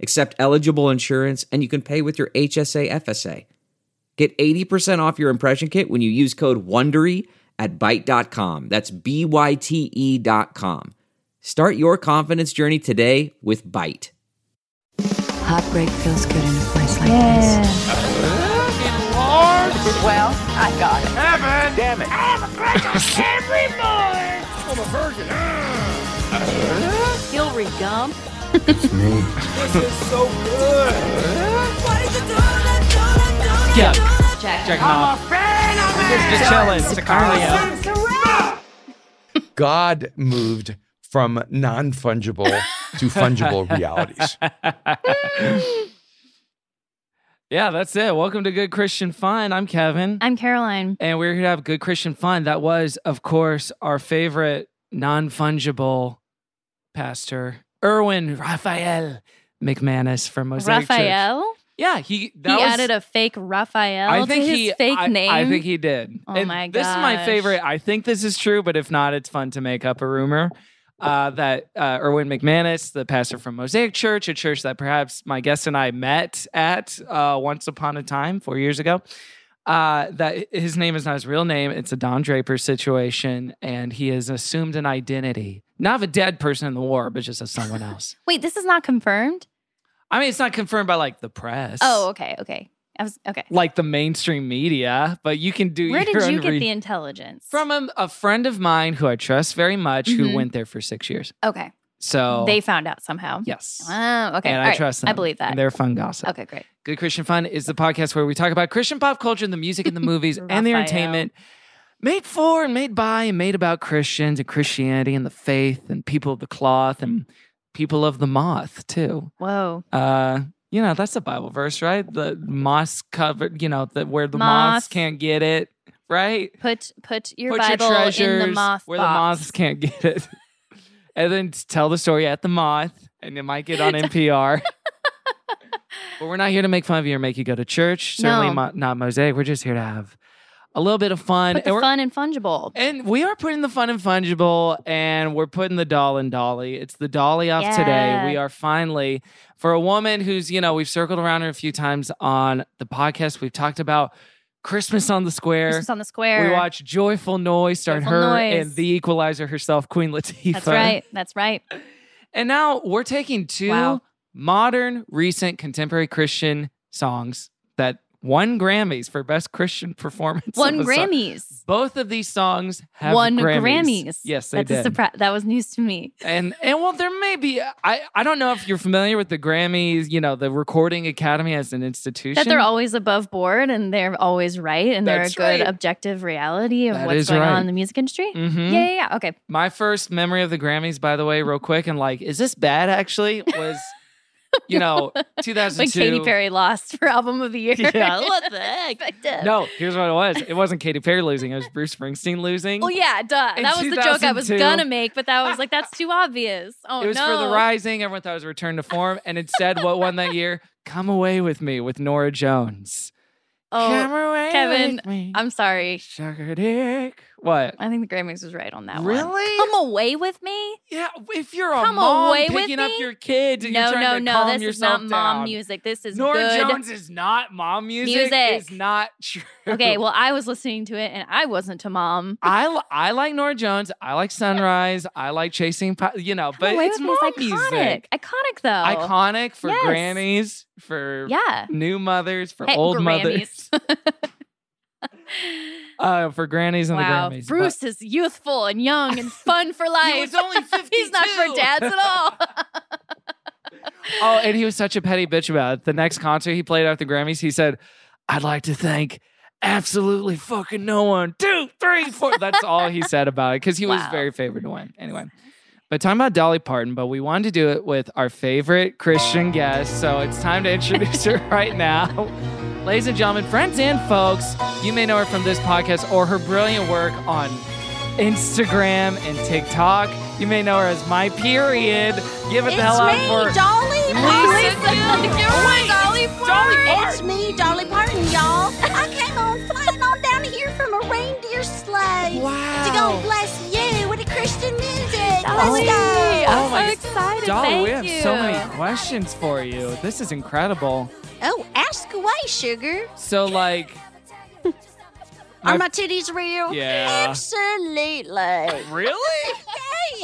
accept eligible insurance, and you can pay with your HSA FSA. Get 80% off your impression kit when you use code WONDERY at Byte.com. That's B-Y-T-E E dot com. Start your confidence journey today with Byte. Heartbreak feels good in a place like this. Well, I got it. Damn it. Hillary Gump. Yeah. Jack. Jack off. Just, just chilling. Sicario. God moved from non fungible to fungible realities. Yeah, that's it. Welcome to Good Christian Fun. I'm Kevin. I'm Caroline. and we're here to have Good Christian Fun. That was, of course, our favorite non fungible pastor, Erwin Raphael McManus from Mosaic Church. Raphael? Yeah, he, He that was, added a fake Raphael I think to his he, fake I, name. I think he did. Oh and my This is my gosh. favorite. I think this is true, but if not, it's fun to make up a rumor uh, that uh, Erwin McManus, the pastor from Mosaic Church, a church that perhaps my guest and I met at uh, once upon a time four years ago. Uh, that his name is not his real name. It's a Don Draper situation, and he has assumed an identity, not of a dead person in the war, but just of someone else. Wait, this is not confirmed? I mean, it's not confirmed by like the press. Oh, okay, okay. I was okay. like the mainstream media, but you can do. Where did your you own get re- the intelligence? From a, a friend of mine who I trust very much, who Mhm. went there for six years. Okay. So They found out somehow. Oh. yes, Oh, okay. and All I right. trust them. I believe that. And they're fun gossip. Okay, great. Good Christian Fun is the podcast where we talk about Christian pop culture, the music and the movies and the Raphael. entertainment made for and made by and made about Christians and Christianity and the faith and people of the cloth and people of the moth too. Whoa. Uh, you know that's a Bible verse, right? The moss covered, you know, the, where the moths Moth. can't get it, right? Put put your Put Bible in treasures the moth where the box. moths can't get it, and then t- tell the story at the moth, and it might get on NPR. but we're not here to make fun of you or make you go to church. Certainly No. mo- not mosaic. We're just here to have a little bit of fun, Put and the we're- fun and fungible. and we are putting the fun and fungible, and we're putting the doll and dolly. It's the dolly off Yeah. today. We are finally, for a woman who's, you know, we've circled around her a few times on the podcast. We've talked about Christmas on the Square. Christmas on the square. We watch Joyful Noise, starring Joyful her Noise. and the equalizer herself, Queen Latifah. That's right. That's right. And now we're taking two Wow. modern, recent, contemporary Christian songs that won Grammys for Best Christian Performance. of One a Song. Grammys. Both of these songs have One Grammys. Grammys. Yes, they That's a did. surprise. That was news to me. and and well, there may be. I I don't know if you're familiar with the Grammys. You know, the Recording Academy as an institution. that they're always above board and they're always right and they're a That's good right. objective reality of That is what's going right. on in the music industry. Mhm. Yeah, yeah, yeah. Okay. My first memory of the Grammys, by the way, real quick, and like, is this bad actually? Was, you know, 2002. When Katy Perry lost for album of the year. Yeah, what the heck? No, here's what it was. It wasn't Katy Perry losing. It was Bruce Springsteen losing. Well, Oh, yeah, duh. In that was the joke I was 2002. gonna make, but that was like that's too obvious. Oh it was no. for the Rising. Everyone thought it was a return to form, and instead, what won that year? Come away with me with Nora Jones. Come Oh, away Kevin, with me. I'm sorry. sugar dick. What? I think the Grammys was right on that one. Really? Come away with me? Yeah. If you're a Come mom away with picking up me? your kids, and you're no, trying no, to no. calm This is yourself not mom down. music. This is Nora good. Jones is not mom music. music. It's not true. Okay, well, I was listening to it and I wasn't a mom. I, li- I like Nora Jones. I like Sunrise. I like Chasing, Pi- you know, but Away it's With mom Me is iconic. music. Iconic though. Iconic for Yes. grannies, for Yeah. new mothers, for Hey, old Grammys. mothers, uh, for grannies and wow. the Grammys. but- Bruce is youthful and young and fun for life. He was only 52. He's not for dads at all. Oh, and he was such a petty bitch about it. The next concert he played at the Grammys, he said, I'd like to thank absolutely fucking no one. Two, three, four. That's all he said about it because he was Wow. very favored to win. Anyway. But talking about Dolly Parton, but we wanted to do it with our favorite Christian guest. So it's time to introduce her right now. Ladies and gentlemen, friends and folks, you may know her from this podcast or her brilliant work on Instagram and TikTok. You may know her as My Period. Give it the hell out for Dolly Lisa Parton. Give her Wait, Dolly Dolly It's me, Dolly Parton, y'all. I came on flying on down here from a reindeer sleigh to go bless you with the Christian music. Let's go. I'm Oh my- so excited. Dolly, Thank we have you. so many questions for you. This is incredible. Oh, ask away, sugar. So, like, Are My- my titties real? Yeah. Absolutely. really?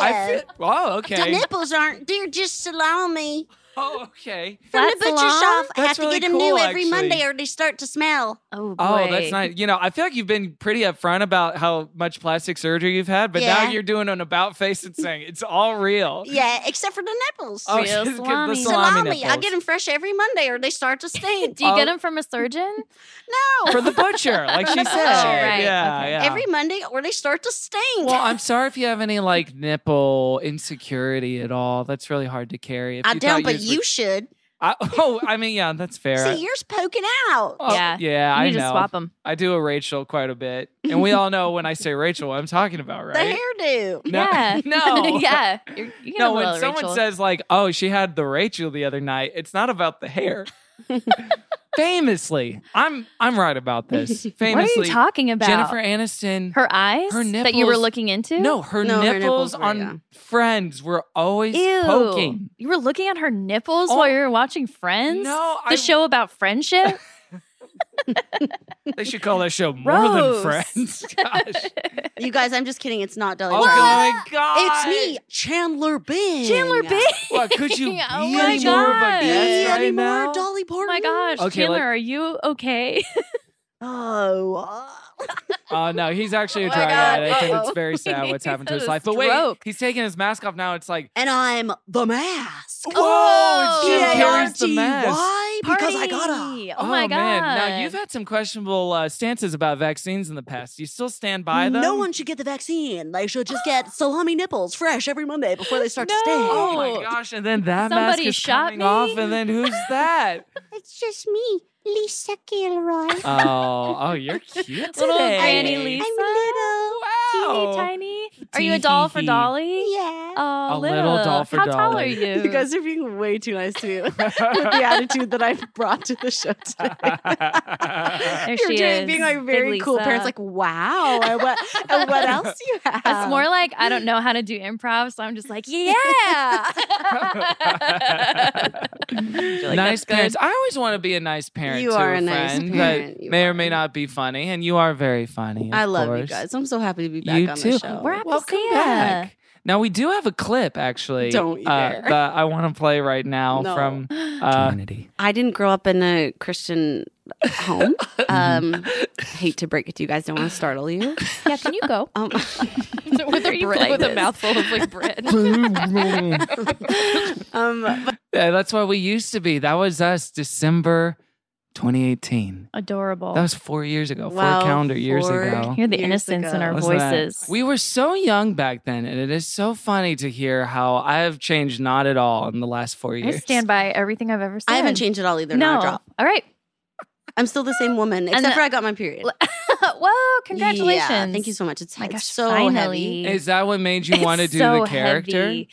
I Yeah. feel, oh, The okay. nipples aren't. They're just salami Oh, okay. from Flat the butcher salon? shop. I That's have to really get them cool, new every actually. Monday, or they start to smell. Oh, boy. Oh, that's nice. You know, I feel like you've been pretty upfront about how much plastic surgery you've had, but now Yeah. you're doing an about face and saying it's all real. Yeah, except for the nipples. Oh, Real 'cause- 'cause the salami. salami. I nipples. get them fresh every Monday, or they start to stink. Do you get Oh. them from a surgein? no, For the butcher, like she said. the butcher, Oh, right, Yeah, okay. yeah. every Monday, or they start to stink. well, I'm sorry if you have any like nipple insecurity at all. That's really hard to carry. If I you don't, thought but yours you were- should. I, oh, I mean, yeah, that's fair. See, yours poking out. Oh, Yeah. yeah, you I need know. to swap them. I do a Rachel quite a bit, and we all know when I say Rachel, what I'm talking about, The right? hairdo. No- Yeah. no. yeah. You're, you get a no, when little someone Rachel. says like, "Oh, she had the Rachel the other night," it's not about the hair. Famously, I'm I'm right about this. Famously, what are you talking about? Jennifer Aniston. her eyes her that you were nipples- looking into? no, her No, her nipples, nipples were, on yeah. Friends were always Ew. poking. You were looking at her nipples Oh. while you were watching Friends? No, The I- show about friendship? They should call that show more than Gross. Friends. Gosh. You guys, I'm just kidding. It's not Dolly. oh Parton. my god, It's me, Chandler Bing. Chandler Bing. What, could you be Oh any my more of God. a Be guest right any more now? Dolly Parton? Oh my gosh, Okay, Chandler, let- are you okay? Oh, uh, Oh no, he's actually a Oh my drug God. addict, and it's Uh-oh. very sad what's happened to He's his had a life. But wait, stroke. he's taking his mask off now. It's like, and I'm the mask. whoa, it's Jim Oh. Carrey's the mask. Why? Because I gotta. Party. Oh, my god. man! Now you've had some questionable uh, stances about vaccines in the past. Do you still stand by them? No one should get the vaccine. They should just get salami nipples fresh every Monday before they start No. to stink. Oh my gosh! And then that mask Somebody is shot coming me? off, and then who's that? It's just me, Lisa Gilroy. oh, oh, you're cute today. Little Granny I'm Lisa. little. Wow. Teeny tiny. Are you a doll for Tee-hee. Dolly? Yeah. Oh, A little doll for How tall are Dolly. you? You guys are being way too nice to me with the attitude that I've brought to the show today. there You're she doing- is. being like Big very cool Lisa. parents, like, wow, and what, and what else do you have? It's more like I don't know how to do improv, so I'm just like, yeah. nice parents. I always want to be a nice parent. You to are a a nice friend parent. That You may or are. may not be funny, and you are very funny. I of love you course. guys. I'm so happy to be back you on too. the show. We're happy to Welcome see ya. back. Now we do have a clip actually. Don't you uh, dare. that I want to play right now No. from Um, uh, I didn't grow up in a Christian home. Mm-hmm. Um, hate to break it to you guys. Don't want to startle you. yeah, can you go? Um, with, a bread. with a mouthful of like bread. um, Yeah, that's what we used to be. That was us, December 2018. Adorable. That was four years ago, Wow, four calendar years four ago. Hear the years innocence in ago. our Listen to that. voices. We were so young back then, and it is so funny to hear how I have changed not at all in the last four I years. stand by everything I've ever said. I haven't changed at all either. Not a No. drop. All right. I'm still the same woman, except then- for I got my period. Whoa, congratulations. Yeah, thank you so much. It's, My it's gosh, so heavy. finally. Is that what made you It's want to do so the character? heavy.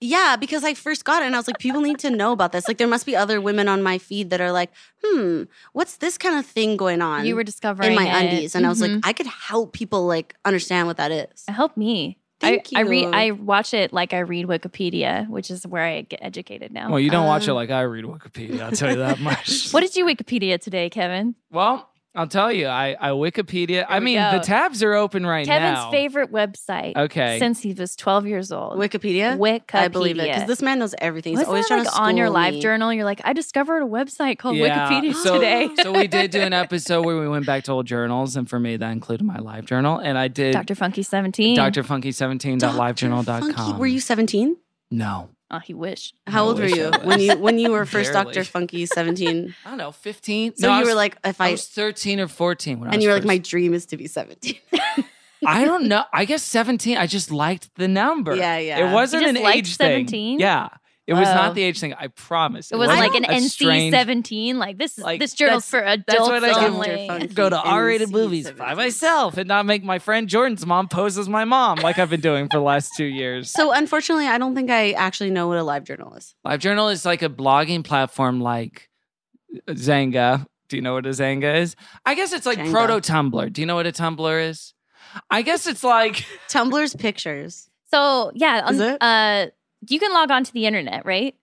Yeah, because I first got it and I was like, people need to know about this. Like, there must be other women on my feed that are like, hmm, what's this kind of thing going on? You were discovering in my it. undies, and I was like, Mhm. I could help people like understand what that is. help me. Thank I, I read. you. I watch it like I read Wikipedia, which is where I get educated now. Well, you don't watch it Um, like I read Wikipedia, I'll tell you that much. what did you Wikipedia today, Kevin? Well, I'll tell you, I, I Wikipedia. I we mean, the go. tabs are open right Kevin's now. favorite website. Okay. Since he was 12 years old. Wikipedia, Wikipedia. I believe it because this man knows everything. He's Wasn't always that, trying like to on your school live me. journal? You're like, I discovered a website called Yeah, Wikipedia so- today. so we did do an episode where we went back to old journals, and for me, that included my live journal, and I did Dr. Funky 17. Dr. Funky- drfunky17.livejournal.com. Were you 17? No, Oh, he wished. How I old were wish I you was. when you when you were first Barely. Dr. Funky 17? I don't know, 15. So No, I you was- were like, if I I, was 13 or 14 when I and was you were like, first- my dream is to be 17. I don't know. I guess 17. I just liked the number. Yeah, yeah. It wasn't You an just liked age 17? thing. Yeah. It was Wow. not the age thing. I promise. It was wasn't like an a NC strange- seventeen. Like this is Like, this journal's that's- for that's adults what I get. only. Wonderful. Go to NC R-rated movies by 17. myself and not make my friend Jordan's mom pose as my mom like I've been doing for the last two years. So unfortunately, I don't think I actually know what a live journal is. LiveJournal is like a blogging platform like Zanga. Do you know what a Zanga is? I guess it's like Zanga. proto Tumblr. Do you know what a Tumblr is? I guess it's like Tumblr's pictures. So yeah, Is um, it? uh, you can log on to the internet, right?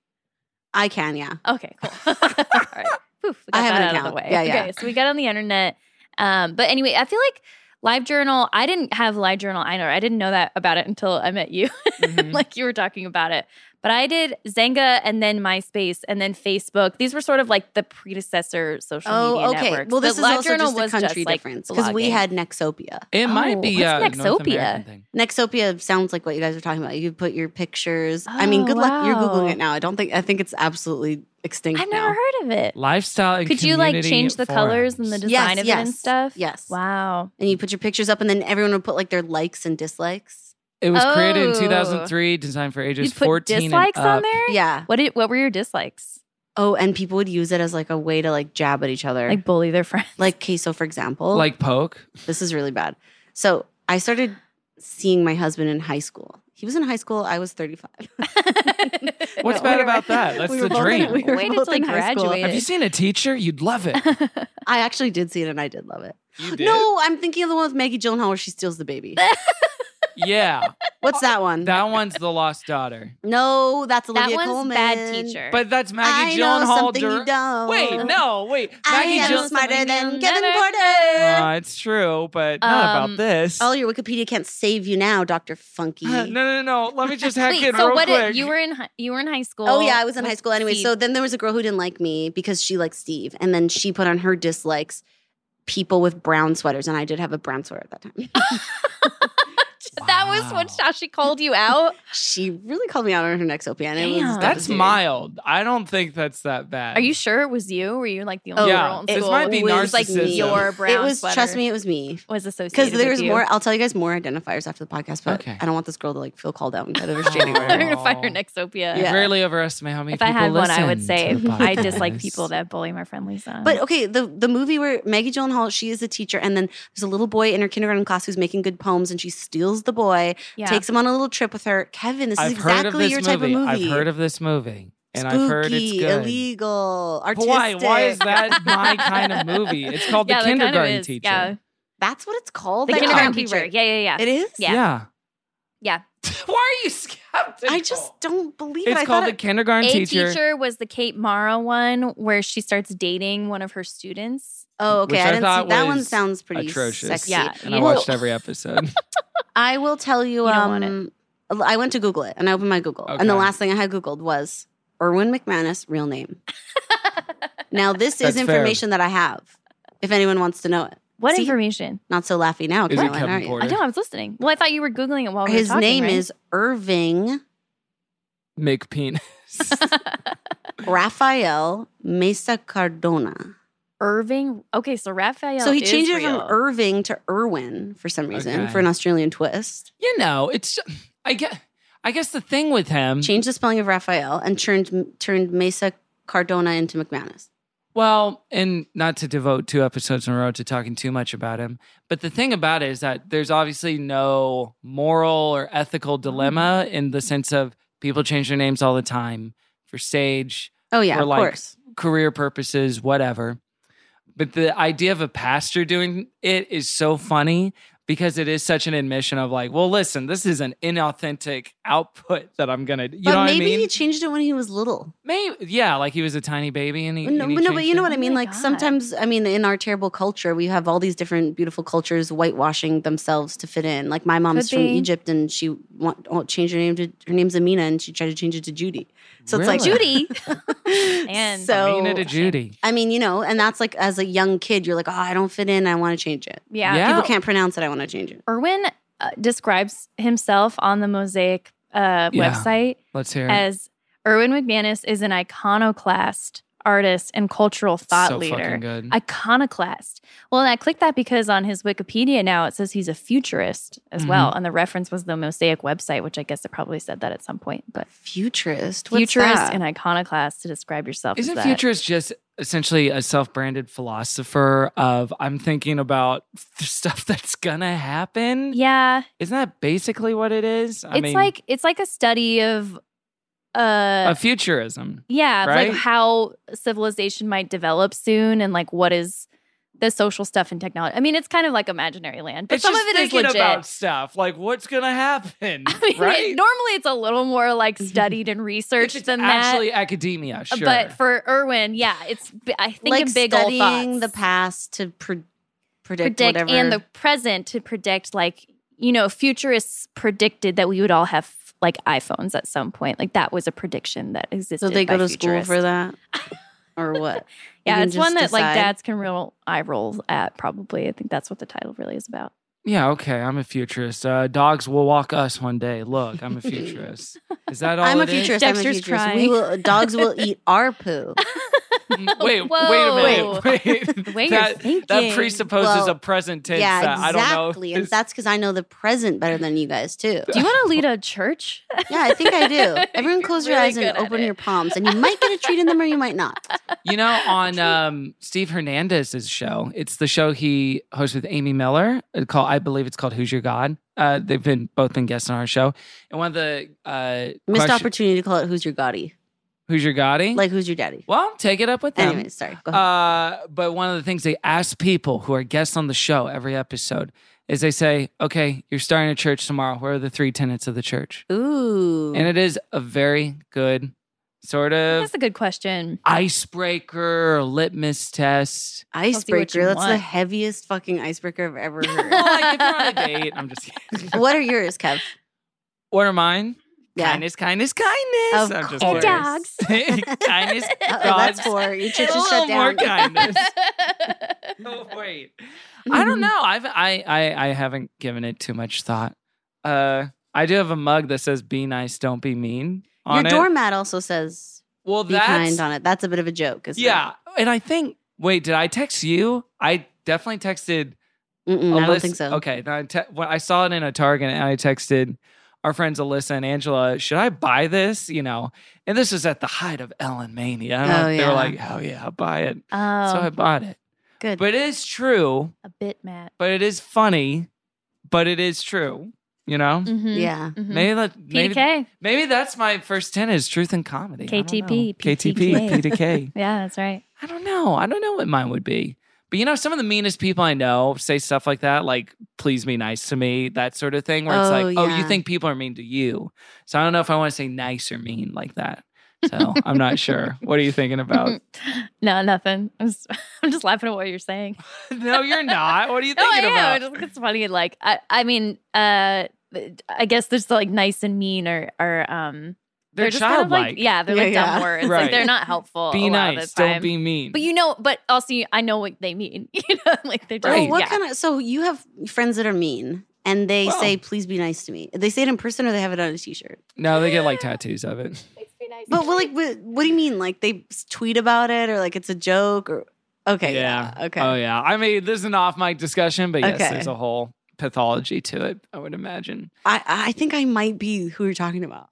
I can, yeah. Okay, cool. All right. Poof, we got I have that out an of account. the way. Yeah, yeah. Okay, so we got on the internet. Um, but anyway, I feel like LiveJournal, I didn't have LiveJournal either. I didn't know that about it until I met you. Mm-hmm. Mhm. like you were talking about it. But I did Zanga and then MySpace and then Facebook. These were sort of like the predecessor social media networks. Oh, Well, But this is also LiveJournal just a was country like, difference because we blogging. had Nexopia. it might Oh, be what's uh, North Nexopia? American thing. Nexopia sounds like what you guys were talking about. You could put your pictures. I mean, Oh, good luck. You're wow. googling it now. I don't think. I think it's absolutely extinct I've now. never heard of it. Lifestyle. And Could you like community change the colors and the forums. design Yes, of it and yes, stuff? yes. Wow. and you put your pictures up, and then everyone would put like their likes and dislikes. It was created in Oh. 2003, designed for You ages put 14 dislikes and up. on there? Yeah. What did what were your dislikes? Oh, and people would use it as like a way to like jab at each other. Like Like, bully their friends. queso, for example. Like poke. this is really bad. So I started seeing my husband in high school. He was in high school. I was 35. What's No, bad we were- about that? That's we the were both dream. in- we were Wait both until in you high school. graduate. Have you seen a teacher? You'd love it. I actually did see it, and I did love it. You No, I'm thinking of the one with Maggie Gyllenhaal where she steals the baby. Yeah. What's that one? That one's the lost daughter. no, that's that Olivia one's Colman. bad teacher. But that's I Maggie know Gyllenhaal. something you dur- don't. Wait, no, wait. I Maggie am Gyllenhaal. smarter than Kevin Another- Porter. Uh, it's true, but not Um, about this. All your Wikipedia can't save you now, Dr. Funky. Uh, no, no, no. Let me just hack Wait, in so real what? quick. Did, you were in hi- you were in high school. Oh yeah, I was in with high school anyway. Steve. So then there was a girl who didn't like me because she liked Steve, and then she put on her dislikes people with brown sweaters, and I did have a brown sweater at that time. that was what Wow. how she called you out. she really called me out on her Nexopia, and it was Damn. That's devastating. mild. I don't think that's that bad. Are you sure it was you? Were you like the Oh, only yeah. girl in It school? might be who was, like narcissism. your brown. it was sweater trust me, it was me. Was associated Because with there's you? more, I'll tell you guys more identifiers after the podcast, but Okay. I don't want this girl to like feel called out and kind of restraining Oh. I'm order. gonna fire Nexopia. I Yeah. rarely overestimate how many If I people had one, I would listen say to the I dislike podcast. people that bully my friend Lisa. But okay, the the movie where Maggie Gyllenhaal, she is a teacher, and then there's a little boy in her kindergarten class who's making good poems, and she steals the boy, yeah. takes him on a little trip with her. Kevin, this I've is heard of exactly this your movie. type of movie. I've heard of this movie, and Spooky, I've heard it's good. illegal, But artistic. Why? Why is that my kind of movie? It's called Yeah, the that kind of Kindergarten is, Teacher. yeah. That's what it's called. the That kindergarten can't be teacher. right. Yeah, yeah, yeah. It is. Yeah. Yeah. Why are you skeptical? I just don't believe it. It's I called thought the it- kindergarten A teacher. teacher was the Kate Mara one where she starts dating one of her students. Oh, okay. which I I didn't thought see. That was one sounds pretty atrocious. sexy. Yeah. and I you- watched every episode. I will tell you. You don't want um, I went to Google it and I opened my Google, and the Okay. last thing I had googled was Erwin McManus real name. now this is That's fair. information that I have. If anyone wants to know it, What See? information? not so laughy now, Is it Caroline, Kevin aren't you? Porter? I know. I was listening. Well, I thought you were googling it while we His were talking. name right? is Irving McPenis. Raphael Mesa Cardona. Irving. Okay, so Raphael. so he is changed it real. from Irving to Irwin for some reason Okay. for an Australian twist. you know, it's. I guess. I guess the thing with him. Changed the spelling of Raphael and turned turned Mesa Cardona into McManus. Well, and not to devote two episodes in a row to talking too much about him, but the thing about it is that there's obviously no moral or ethical dilemma Mm-hmm. in the sense of people change their names all the time for sage, Oh yeah, Or of like- course. career purposes, whatever. But the idea of a pastor doing it is so funny because it is such an admission of like, well, listen, this is an inauthentic output that I'm gonna. You know but what maybe I mean? he changed it when he was little. maybe, yeah, like he was a tiny baby and he. No, and he no, but changed you know it. what I Oh mean. my Like God. sometimes, I mean, in our terrible culture, we have all these different beautiful cultures whitewashing themselves to fit in. Like my mom's Could from be. Egypt, and she want, oh, changed her name to her name's Amina, and she tried to change it to Judy. So it's like Really? Judy. And so Amina to Judy. I mean, you know, and that's like as a young kid, you're like, oh, I don't fit in. I want to change it. Yeah. Yeah. People can't pronounce it. I want to change it. Irwin uh, describes himself on the Mosaic uh, Yeah. website Let's hear. it. as Irwin McManus is an iconoclast, artist, and cultural thought so leader. fucking good. Iconoclast. Well, and I clicked that because on his Wikipedia now it says he's a futurist as Mm-hmm. well. And the reference was the Mosaic website, which I guess it probably said that at some point. But Futurist. What's futurist that? and iconoclast to describe yourself as Isn't that. futurist just essentially a self-branded philosopher of I'm thinking about stuff that's gonna happen? Yeah, Isn't that basically what it is? I it's mean, like it's like a study of uh a futurism. yeah, of, right? like how civilization might develop soon and like what is the social stuff and technology. I mean, it's kind of like imaginary land, but it's some of just it is thinking legit. about stuff like what's gonna happen, I mean, right? normally it's a little more like studied and If researched it's than that. uh, actually academia, sure. But for Irwin, yeah, it's b- I think like in big old studying thoughts. the past to pre- predict, predict whatever. and the present to predict like you know futurists predicted that we would all have like iPhones at some point like that was a prediction that existed so they by go to futurists. school for that, or what? You yeah can it's one that just like decide. dads can real eye roll at probably I think that's what the title really is about yeah, okay, I'm a futurist. Uh, dogs will walk us one day. Look, I'm a futurist. Is that all? I'm a it is? futurist. I'm a Dexter's futurist. We crying. will, dogs will eat our poo. Mm, Wait, Whoa. wait a minute. Wait. way you're that, that thinking. presupposes Well, a present tense yeah, that exactly. I don't know. if And is- that's because I know the present better than you guys too. do you want to lead a church Yeah, I think I do. Everyone You're close your really eyes and good at open it. your palms, and you might get a treat in them or you might not. you know, on um, Steve Hernandez's show, it's the show he hosts with Amy Miller. It's called, I believe it's called Who's Your God. Uh, they've been both been guests on our show, and one of the uh, Missed question- opportunity to call it "Who's your Gotti?" Who's Your Goddy? Like "Who's your daddy?" well, take it up with them. Anyways, sorry. Go ahead. Uh, but one of the things they ask people who are guests on the show every episode is they say, "Okay, you're starting a church tomorrow. Where are the three tenets of the church?" Ooh, Uh, And it is a very good sort of that's a good question icebreaker or litmus test. what you icebreaker. That's the want. heaviest fucking icebreaker I've ever heard. Well, like if you're on a date, I'm just kidding. what are yours, Kev? What are mine? Yeah. Kindness, kindness, kindness. Of I'm just course. curious. kindness, Uh-oh, God's- that's four. Your A church is little shut more down. kindness. oh, wait. I don't know. I've I, I I haven't given it too much thought. Uh, I do have a mug that says "Be nice, don't be mean." On Your it. doormat also says well, "Be that's kind" on it. That's a bit of a joke, isn't yeah. And I think wait, did I text you? I definitely texted. it? Mm-mm, Mm, I don't Alyssa- think so. Okay, then I te- when I saw it in a Target, and I texted our friends Alyssa and Angela, "Should I buy this?" You know, and this was at the height of Ellen mania. I don't know Oh, if They were yeah. like, "Oh yeah, I'll buy it," oh so I bought it. good. But it is true. a bit Matt But it is funny. But it is true. You know, Mhm, Mm-hmm. yeah, mhm. maybe that maybe, PDK maybe that's my first ten is truth and comedy. I don't KTP, know. KTP PTK. PDK. yeah that's right I don't know. I don't know what mine would be. But you know, some of the meanest people I know say stuff like that, like "please be nice to me," that sort of thing. Where it's like, Oh, "Oh, you yeah. think people are mean to you?" So I don't know if I want to say nice or mean like that. So I'm not sure. What are you thinking about? no nothing I'm just, I'm just laughing at what you're saying no, you're not. What are you No, I thinking am. I about? just think it's funny. Like, I, I mean, uh, I guess there's like nice and mean or, or um, They're, just kind of childlike. like, yeah, they're like Yeah, dumb yeah. words. Right. Like they're not helpful. Be a lot of nice. the time. Don't be mean. But you know, but also you, I know what they mean. You know, like they're just Well, Right. Oh, what yeah. kind of? So you have friends that are mean, and they Well. say, "Please be nice to me." They say it in person, or they have it on a T-shirt. no, they get like tattoos of it. But well, like, what, what do you mean? Like they s- tweet about it, or like it's a joke, or okay, yeah, okay. Oh yeah. I mean, this is an off-mic discussion, but yes, Okay. there's a whole pathology to it. I would imagine. I I think I might be who you're talking about.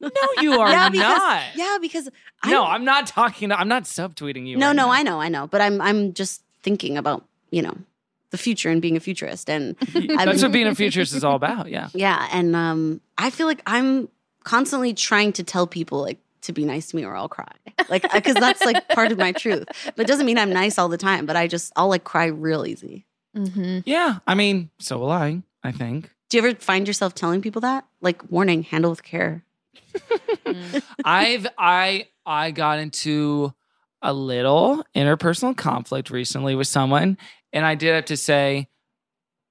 No, you are yeah, because not. yeah, because I, no, I'm not talking. I'm not subtweeting you. no, right no, now. I know, I know, but I'm I'm just thinking about you know the future and being a futurist, and I've That's been- what being a futurist is all about. Yeah. yeah, and um, I feel like I'm constantly trying to tell people like to be nice to me or I'll cry, like because that's like part of my truth. But it doesn't mean I'm nice all the time. But I just I'll like cry real easy. hmm Yeah. I mean, so will I. I think. Do you ever find yourself telling people that? Like, warning, handle with care. mm-hmm, I've I I got into a little interpersonal conflict recently with someone, and I did have to say,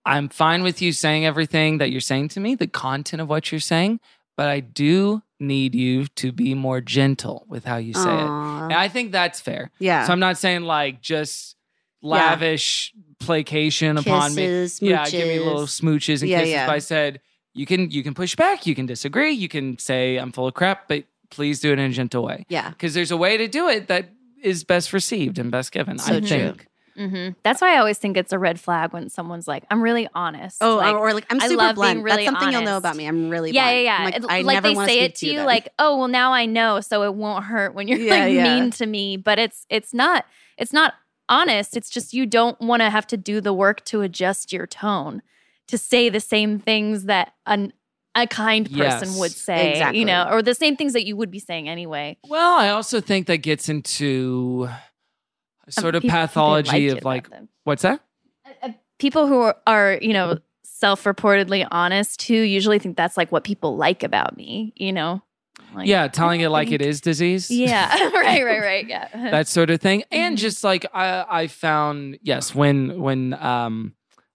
I'm fine with you saying everything that you're saying to me, the content of what you're saying, but I do need you to be more gentle with how you say it. Aw. And I think that's fair. Yeah. So I'm not saying like just lavish placation upon me. Kisses, Yeah, give me little smooches. smooches and Yeah, kisses. yeah. But I said you can you can push back, you can disagree, you can say I'm full of crap, but please do it in a gentle way. Yeah. Because there's a way to do it that is best received and best given. So I true. think. hmm That's why I always think it's a red flag when someone's like, "I'm really honest." Oh, like, or like I'm I super love being blunt. really That's something you'll know honest. about me. I'm really yeah, yeah, blunt. yeah. I'm It- like, I never they wanna say speak it to you, then. like, "Oh, well, now I know, so it won't hurt when you're Yeah, like yeah. mean to me." But it's it's not it's not honest. It's just you don't want to have to do the work to adjust your tone to say the same things that an a kind person Yes, would say, exactly. you know, or the same things that you would be saying anyway. Well, I also think that gets into a Um, sort of people- they pathology it of about like them. what's that? Uh, people who are, are you know self-reportedly honest too usually think that's like what people like about me you know Like- yeah, telling it like it think- is disease. yeah right right right yeah that sort of thing and Mhm. Mm-hmm. just like I, I found yes when when um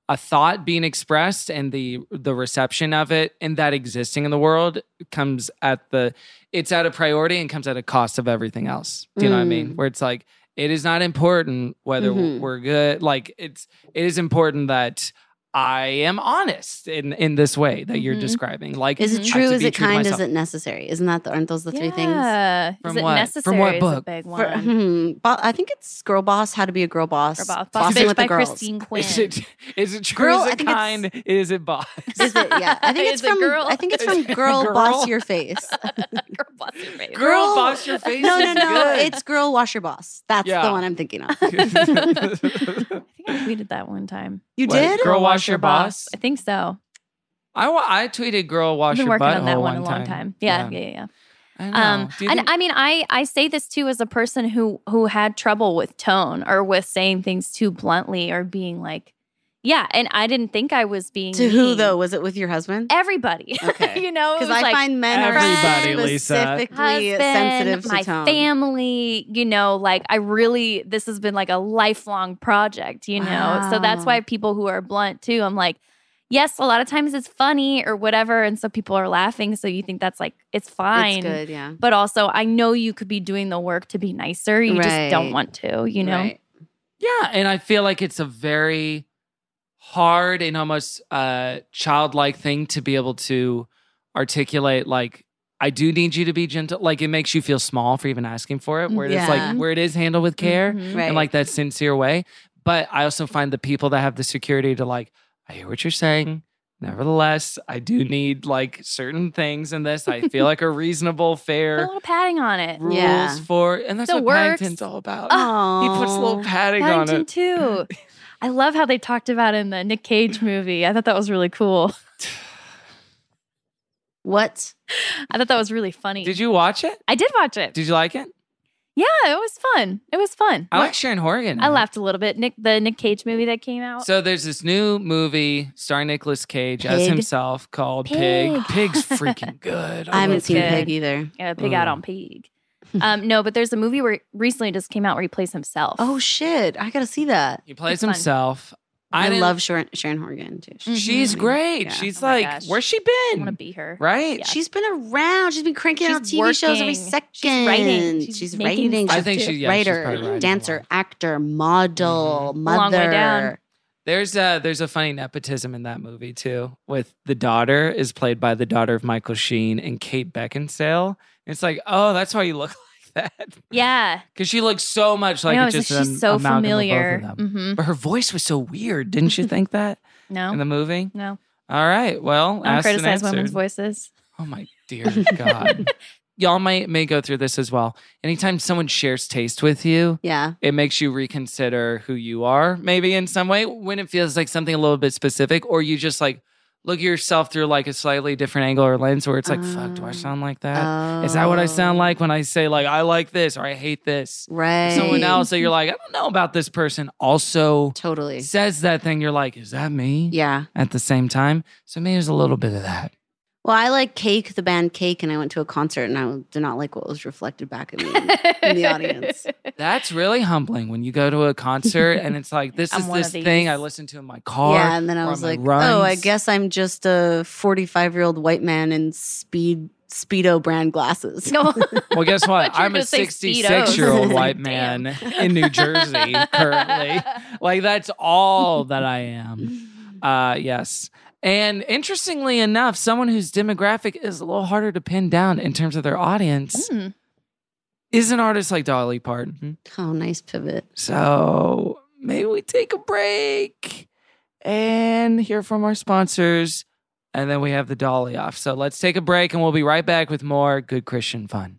a thought being expressed and the the reception of it and that existing in the world comes at the it's at a priority and comes at a cost of everything else do you know what i mean Mm. where it's like it is not important whether Mhm. we're good like it's it is important that i am honest in in this way that you're Mhm. describing like Mm-hmm. Is I it have true? to Is be it true to kind? Is myself. it necessary? Isn't that the aren't those the three things? yeah. From is it what- from necessary what is book? a big For, one hmm, Bo- I think it's Girl Boss. How to be a girl boss? Or boss, boss Bossing Bitch with by the girls. christine quinn is it is it true Girl, is I it think it's- kind is it boss Is it? Yeah, I think it's Is it from. girl? I think it's Is from it Girl, girl? Boss Your Face. Girl, boss your face. Girl, boss your face. no, no, is no. good. It's Girl Wash Your Boss. That's Yeah. the one I'm thinking of. i think i tweeted that one time You What? did? Girl wash your boss? i think so I wa- I tweeted girl i've wash been your working butt Oh, on that one a long time, yeah yeah, yeah. yeah. Um, Do you and think- I mean, I I say this too as a person who who had trouble with tone or with saying things too bluntly or being like, yeah. And I didn't think I was being To who mean. though? Was it with your husband? Everybody, Okay. you know, it Because was I like find men are Everybody, very Lisa. specifically husband, sensitive to my tone. family, you know, like I really this has been like a lifelong project, you know. So that's Wow. why people who are blunt too, I'm like. Yes, a lot of times it's funny or whatever, and so people are laughing. So you think that's like it's fine, It's good, yeah. but also I know you could be doing the work to be nicer. You just Right. don't want to, you know? Right. yeah, and I feel like it's a very hard and almost uh, childlike thing to be able to articulate. Like, I do need you to be gentle. Like, it makes you feel small for even asking for it. Where it's Yeah. like where it is handled with care. Mhm. Right. in Mm-hmm. like that sincere way. But I also find the people that have the security to like, I hear what you're saying. Nevertheless, I do need like certain things in this. I feel like a reasonable, Put a fair little padding on it. rules Yeah. for, and that's The what works. Paddington's all about. he Aw. puts a little padding on Paddington it. too. I love how they talked about it in the Nick Cage movie. I thought that was really cool. What? I thought that was really funny. Did you watch it? I did watch it. Did you like it? yeah, it was fun. It was fun. I like Sharon Horgan. I laughed a little bit. Nick, the Nick Cage movie that came out. So there's this new movie starring Nicolas Cage as Pig. himself called Pig. Pig. Pig's freaking good. I haven't that's seen good. Peg either. yeah, pig out Ugh. on pig. Um, no, but there's a movie where recently just came out where he plays himself. Oh shit! I gotta see that. He plays It's fun. himself. I, didn't- Mm-hmm. love Sharon, Sharon Horgan too. She's She's funny. great. Yeah. She's Oh my like, gosh. where's she I want to been? be her. Right? Yeah. She's been around. She's been cranking She's out TV shows every working. She's second. writing. She's She's making writing. stuff I think too. she, yeah, she's writer, probably writing a dancer, lot. Mm-hmm. actor, model, mother. Long way down. There's a there's a funny nepotism in that movie too. With the daughter is played by the daughter of Michael Sheen and Kate Beckinsale. It's like, oh, that's why you look like that Yeah. because she looks so much like I know, it's it's just like an she's so amalgam of both of familiar. them. hmm But her voice was so weird, didn't you think that No, in the movie? no. All right, well, I don't asked and criticize women's answered. voices. Oh my dear God. Y'all may may go through this as well. Anytime someone shares taste with you, Yeah. it makes you reconsider who you are, maybe in some way, when it feels like something a little bit specific, or you just like look at yourself through like a slightly different angle or lens where it's like, fuck, do I Oh. sound like that? Uh, Is that what I sound Oh, like when I say like I like this or I hate this? Right. Someone else that you're like, I don't know about this person also Totally. says that thing. You're like, is that me? Yeah. At the same time. So maybe there's a little bit of that. Well, I like Cake, the band Cake, and I went to a concert and I did not like what was reflected back at me in the audience. That's really humbling when you go to a concert and it's like, this I'm is one this of these. thing I listen to in my car. yeah, and then or I on was my like, "Oh, runs." I guess I'm just a 45 year old white man in speed speedo brand glasses." No, Well, guess what? you were I'm a gonna say 66 Speedos. year old Like, white damn. man in New Jersey currently. Like, that's all that I am. Uh, yes. And interestingly enough, someone whose demographic is a little harder to pin down in terms of their audience Hmm. is an artist like Dolly Parton. Oh, nice pivot. So maybe we take a break and hear from our sponsors. And then we have the Dolly off. So let's take a break and we'll be right back with more good Christian fun.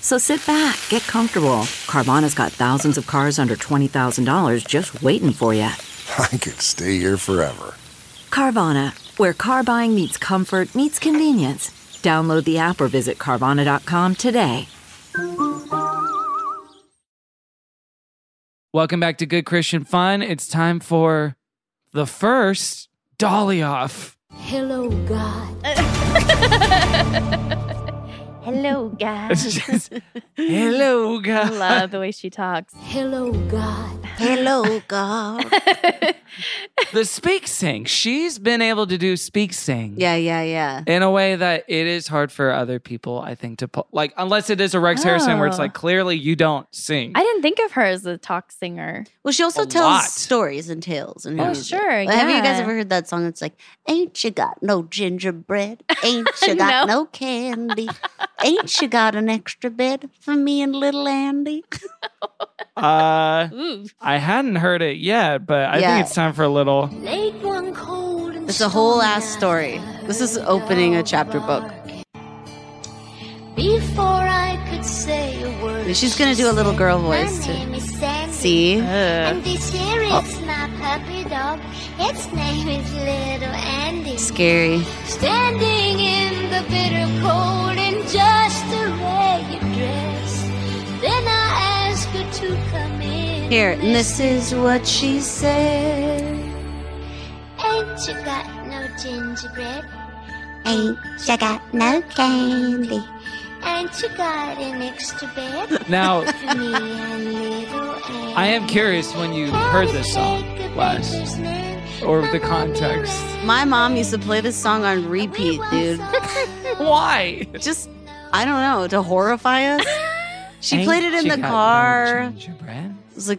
So sit back, get comfortable. Carvana's got thousands of cars under $20,000 just waiting for you. I could stay here forever. Carvana, where car buying meets comfort, meets convenience. Download the app or visit Carvana.com today. Welcome back to Good Christian Fun. It's time for the first Dolly off. Hello, God. Hello, guys. It's just, hello, I guys. love the way she talks. Hello, God. Hello, God. the speak sing. She's been able to do speak sing. yeah, yeah, yeah. In a way that it is hard for other people, I think, to pu- like, unless it is a Rex Harrison where it's Oh. like clearly you don't sing. I didn't think of her as a talk singer. Well, she also A tells lot. stories and tales. And Oh, music. sure, Have you guys yeah. ever heard that song? It's like, ain't you got no gingerbread? Ain't you got No. no candy? Ain't you got an extra bed for me and little Andy? uh, Ooh. I hadn't heard it yet, but I Yeah. think it's time for a little. Late one cold and It's a whole ass stormy story. This is opening a chapter book. afternoon. Before I could say a word. She's gonna do a little girl voice My too. name is Sandy. See? And this here is my puppy dog. Its name is Little Andy. Scary. Standing in the bitter cold in just a ragged dress. Then I asked her to come in. Here, and this is what she said. Ain't you got no gingerbread? Ain't you got no candy? Ain't you got an extra bed? Now, For me and little Andy. I am curious when you heard this song last or the context. My mom used to play this song on repeat, dude. Why? Just, I don't know, to horrify us. She played it in the car. It was a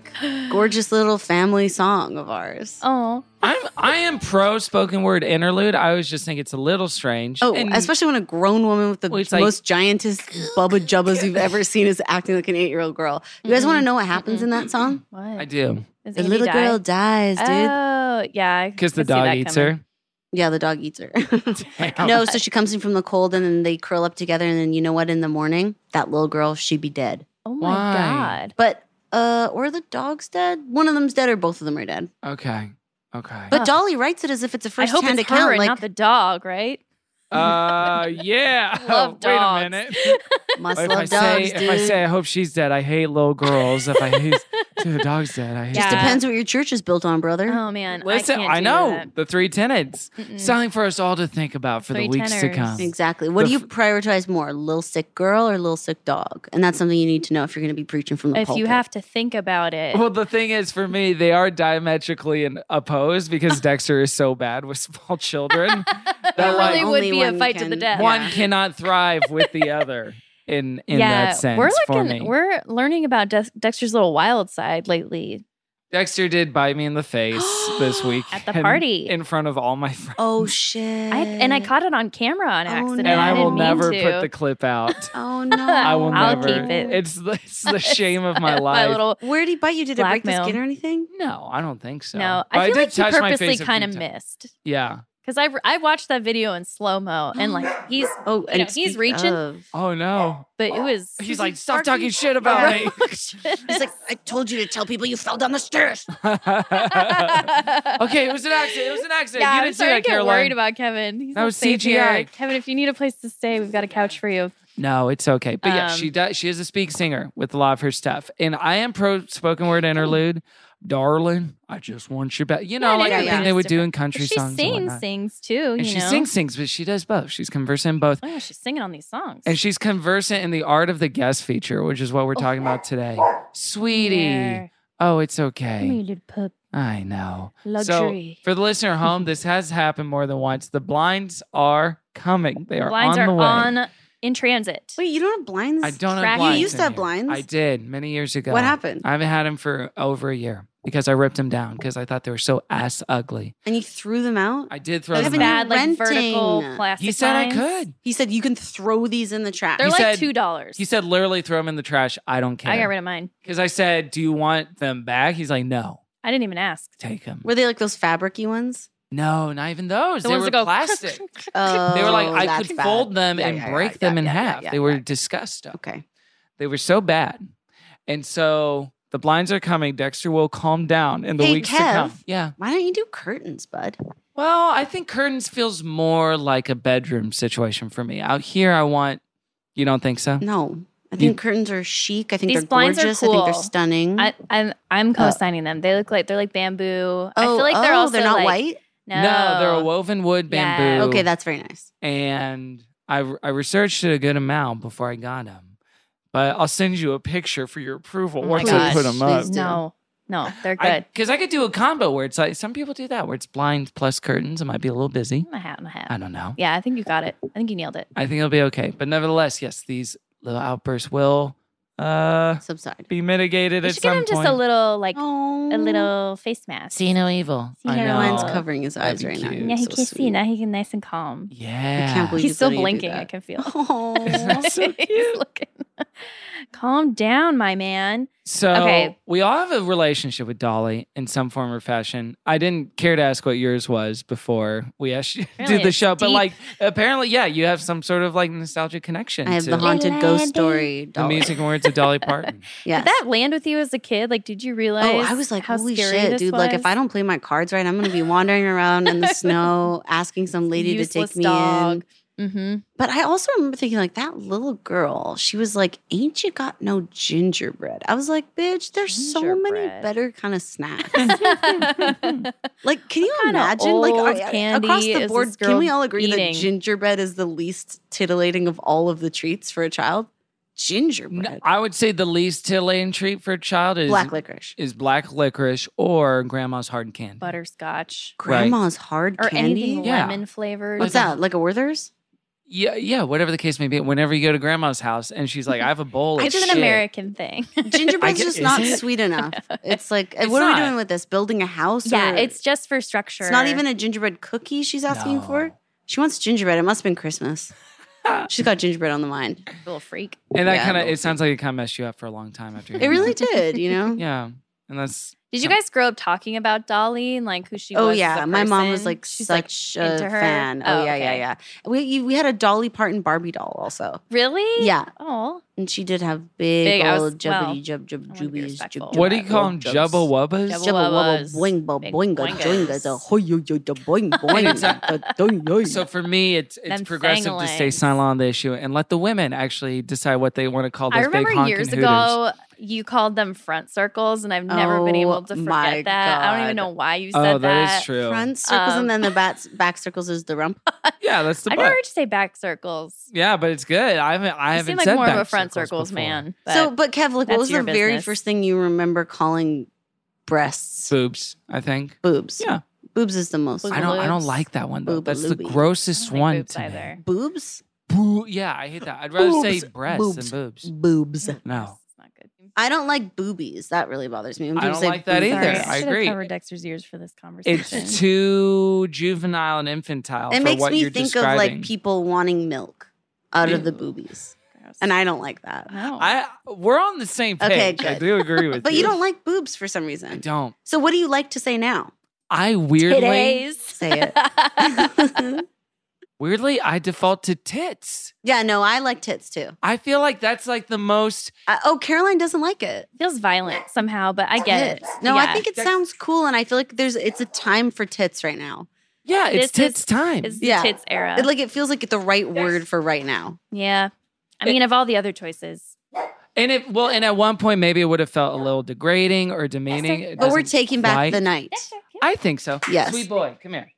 gorgeous little family song of ours. Oh, I'm I am pro spoken word interlude. I always just think it's a little strange. Oh, And especially when a grown woman with the Well, it's most like- giantest bubba jubbas you've ever seen is acting like an eight year old girl. You guys want Mm-hmm. to know what happens in that song? what? I do Does The Andy little die? girl dies, dude. Uh, Oh, yeah. because the dog eats her. yeah, the dog eats her. Oh. Damn. no, so she comes in from the cold and then they curl up together. And then you know what? In the morning, that little girl, she'd be dead. Oh my Why? god. But, uh, or the dog's dead. One of them's dead, or both of them are dead. Okay. Okay. But Huh. Dolly writes it as if it's a I first hope hand it's her account. and Like, not the dog, right? uh yeah. Love Wait dogs. a minute. must if love I dogs. say if I dude. say I hope she's dead, I hate little girls. If I hate the dog's dead. I hate Just uh, that. depends what your church is built on, brother. Oh man, Listen, I, I, can't do know that. the three tenets. Mm-mm. Something for us all to think about for the weeks to Oh. come. Exactly. What The do you f- prioritize more, little sick girl or little sick dog? And that's something you need to know if you're going to be preaching from the if pulpit. you have to think about it. Well, the thing is, for me, they are diametrically in- opposed because Dexter is so bad with small children that There like really would only be a one fight to the can- death. one cannot thrive with the other in in yeah, that sense. we're for looking. me. We're learning about Dex Dexter's little wild side lately. Dexter did bite me in the face this week At the party. in front of all my friends, oh shit! I, and I Uh, caught it on camera on accident. and I didn't will mean never to. put the clip out. oh no! I will I'll never. keep it. It's the, it's the shame of my life. little Where did he bite you? Did it break the blackmail. skin or anything? no, I don't think so. no. But I feel did like he touch my purposely face a few kind of times. missed Yeah. because I I watched that video in slow mo and like he's Oh, you know, he's speak reaching, of- Oh no. but it was He's like, stop talking shit about me. He's like, I told you to tell people you fell down the stairs. okay, it was an accident. It was an accident. Yeah, you I'm didn't see that, starting to get Caroline. worried about Kevin. He's That not was safe here. CGI. Kevin, if you need a place to stay, we've got a couch for you. no, it's okay. But yeah, Um, she does. She is a speak singer with a lot of her stuff, and I am pro spoken word interlude. Darling, I just want you back. You know, Yeah, like yeah, the yeah. thing they would do in But country she songs. and sings, whatnot. sings too. and you she know? sings, sings, but she does both. She's conversant in both. Oh, she's singing on these songs. And she's conversant in the art of the guest feature, which is what Oh. we're talking about today. Sweetie. Yeah. Oh, it's Come here, okay. little pup. I know. Luxury. So, for the listener at home, this has happened more than once. The blinds are coming. They are Blinds on are the way. on in transit. Wait, you don't have blinds? I don't have Track- blinds. You used in to have here. blinds. I did many years ago. What happened? I haven't had them for over a year because I ripped them down because I thought they were so ass ugly. and you threw them out? I did throw Those Kevin, them out. bad, like renting. vertical He plastic. He said blinds. I could. He said you can throw these in the trash. They're He like said- two dollars. He said literally throw them in the trash. I don't care. I got rid of mine. Because I said, do you want them back? He's like, no. I didn't even ask. Take them. Were they like those fabricy ones? No, not even those. The they ones were that go plastic. Oh, they were like, I that's could bad. fold them Yeah, and yeah, yeah, break yeah, them in yeah, yeah, half. yeah, they were yeah. disgusting. Okay. They were so bad. And so the blinds are coming. Dexter will calm down in the Hey, weeks to Kev. come. Yeah. Why don't you do curtains, bud? Well, I think curtains feels more like a bedroom situation for me. Out here, I want. You don't think so? No. I You- think curtains are chic. I think These they're blinds are gorgeous. I think cool. they're stunning. I, I'm I'm co-signing them. They look like they're like bamboo. I feel like they're oh, also they're not like- white. No, they're a woven wood Yeah. bamboo. Okay, that's very nice. and I I researched it a good amount before I got them. But I'll send you a picture for your approval Oh my once I gosh, put them up. please do. No, no, they're good. Because I, could do a combo where it's like some people do that where it's blind plus curtains. It might be a little busy. I'm a hat and a hat. I don't know. Yeah, I think you got it. I think you nailed it. I think it'll be okay. But nevertheless, yes, these little outbursts will uh Subside. be mitigated You at should get some him just point. a little like Oh, a little face mask. See no evil. See I no know. evil. Mine's covering his That'd eyes be right cute. now. yeah, he So can't see. sweet. Now he can nice and calm. Yeah. I can't believe He's still letting you do blinking. I that. can feel. Oh, so He's looking. Calm down, my man. So Okay. we all have a relationship with Dolly in some form or fashion. I didn't care to ask what yours was before we asked you to Apparently do the it's show, but deep. like apparently, yeah, you have some sort of like nostalgic connection I have to the haunted Lady. ghost story. the dolly. music and words of Dolly Parton. Yes. Did that land with you as a kid? Like, did you realize? Oh, I was like, how holy scary shit, this dude! Like, if was? I don't play my cards right, I'm gonna be wandering around in the snow asking some lady to Useless take me dog. in. Mm-hmm. But I also remember thinking, like, that little girl, she was like, "Ain't you got no gingerbread?" I was like, "Bitch, there's so many Gingerbread. better kind of snacks." I like, can you kinda imagine? Like, old I- I- candy across is the this board, girl can we all agree eating? that gingerbread is the least titillating of all of the treats for a child? No, Gingerbread, I would say the least titillating treat for a child is black licorice, is black licorice or grandma's hard candy. Butterscotch Right. grandma's hard or candy. anything Yeah. lemon flavored. What's that? Like a Werther's? Yeah, yeah, whatever the case may be. Whenever you go to grandma's house and she's like, I have a bowl of It's an shit." American thing. Gingerbread's I get- just is not it? sweet enough. It's like, It's what are not. we doing with this? Building a house? yeah, or- it's just for structure. it's not even a gingerbread cookie she's asking No. for. She wants gingerbread. It must have been Christmas. she's got gingerbread on the mind. little freak. And that Yeah, kind of little it sounds like it kind of messed you up for a long time after. It really did, you know? Yeah, and that's Did you guys grow up talking about Dolly and like who she was? Oh as yeah, a my mom was person? like She's like, such into a her? fan. Oh, Oh, yeah, okay. yeah, yeah. We you- we had a Dolly Parton Barbie doll also, really? Yeah. Oh, and she did have big, Big, I was- old well, jubbity jub jub I wanna be jubies. respectful. jub what do you jubba, call old them? jubs. Jubba wubbas. Jubba Jubba wubba wubbas, boinga big boinga boingas. joingas a hoy yo yo da boing boing. So for me, it's it's Them progressive to stay phangalines. silent on the issue and let the women actually decide what they want to call I those big remember honking years hooters. ago. you called them front circles, and I've never been able to Oh, my forget that. I don't even God. know why you Oh, said that that. is true. Front circles Um, and then the bats, back circles is the rump. Yeah, that's the I never butt. heard you say back circles. Yeah, but it's good. I haven't. I You haven't seem like said more of back a front circles, before. man. so, but Kev, like, what that's was the your very business. first thing you remember calling breasts? Boobs, I think. Boobs. Yeah. Boobs is the most. I don't. I don't like that one though. That's the Boobalooby. grossest one to me. Boobs? Boo- yeah, I hate that. I'd rather say Boobs. breasts Boobs. than boobs. Boobs. No. I don't like boobies. That really bothers me. When I people don't say like that boobies. either. I should agree. have covered Dexter's ears for this conversation. It's too juvenile and infantile It for makes what me you're think of describing. like people wanting milk out of the Ew. boobies, and I don't like that. No. I we're on the same Okay, page. I good. do agree with But you. you don't like boobs for some reason. I don't. So what do you like to say now? I weirdly Say it. weirdly I default to tits. yeah, no, I like tits too. I feel like that's like the most Uh, oh, Caroline doesn't like it. feels violent somehow, but I get it. Tits. No, I Yeah. think it sounds cool, and I feel like there's it's a time for tits right now. Yeah, it's This is- tits time. It's the tits era. It, like it feels like the right word for right now. yeah. I mean, of all the other choices, And it well, and at one point maybe it would have felt a little degrading or demeaning. It But we're doesn't taking back quite- the night. I think so. Yes. Sweet boy, come here.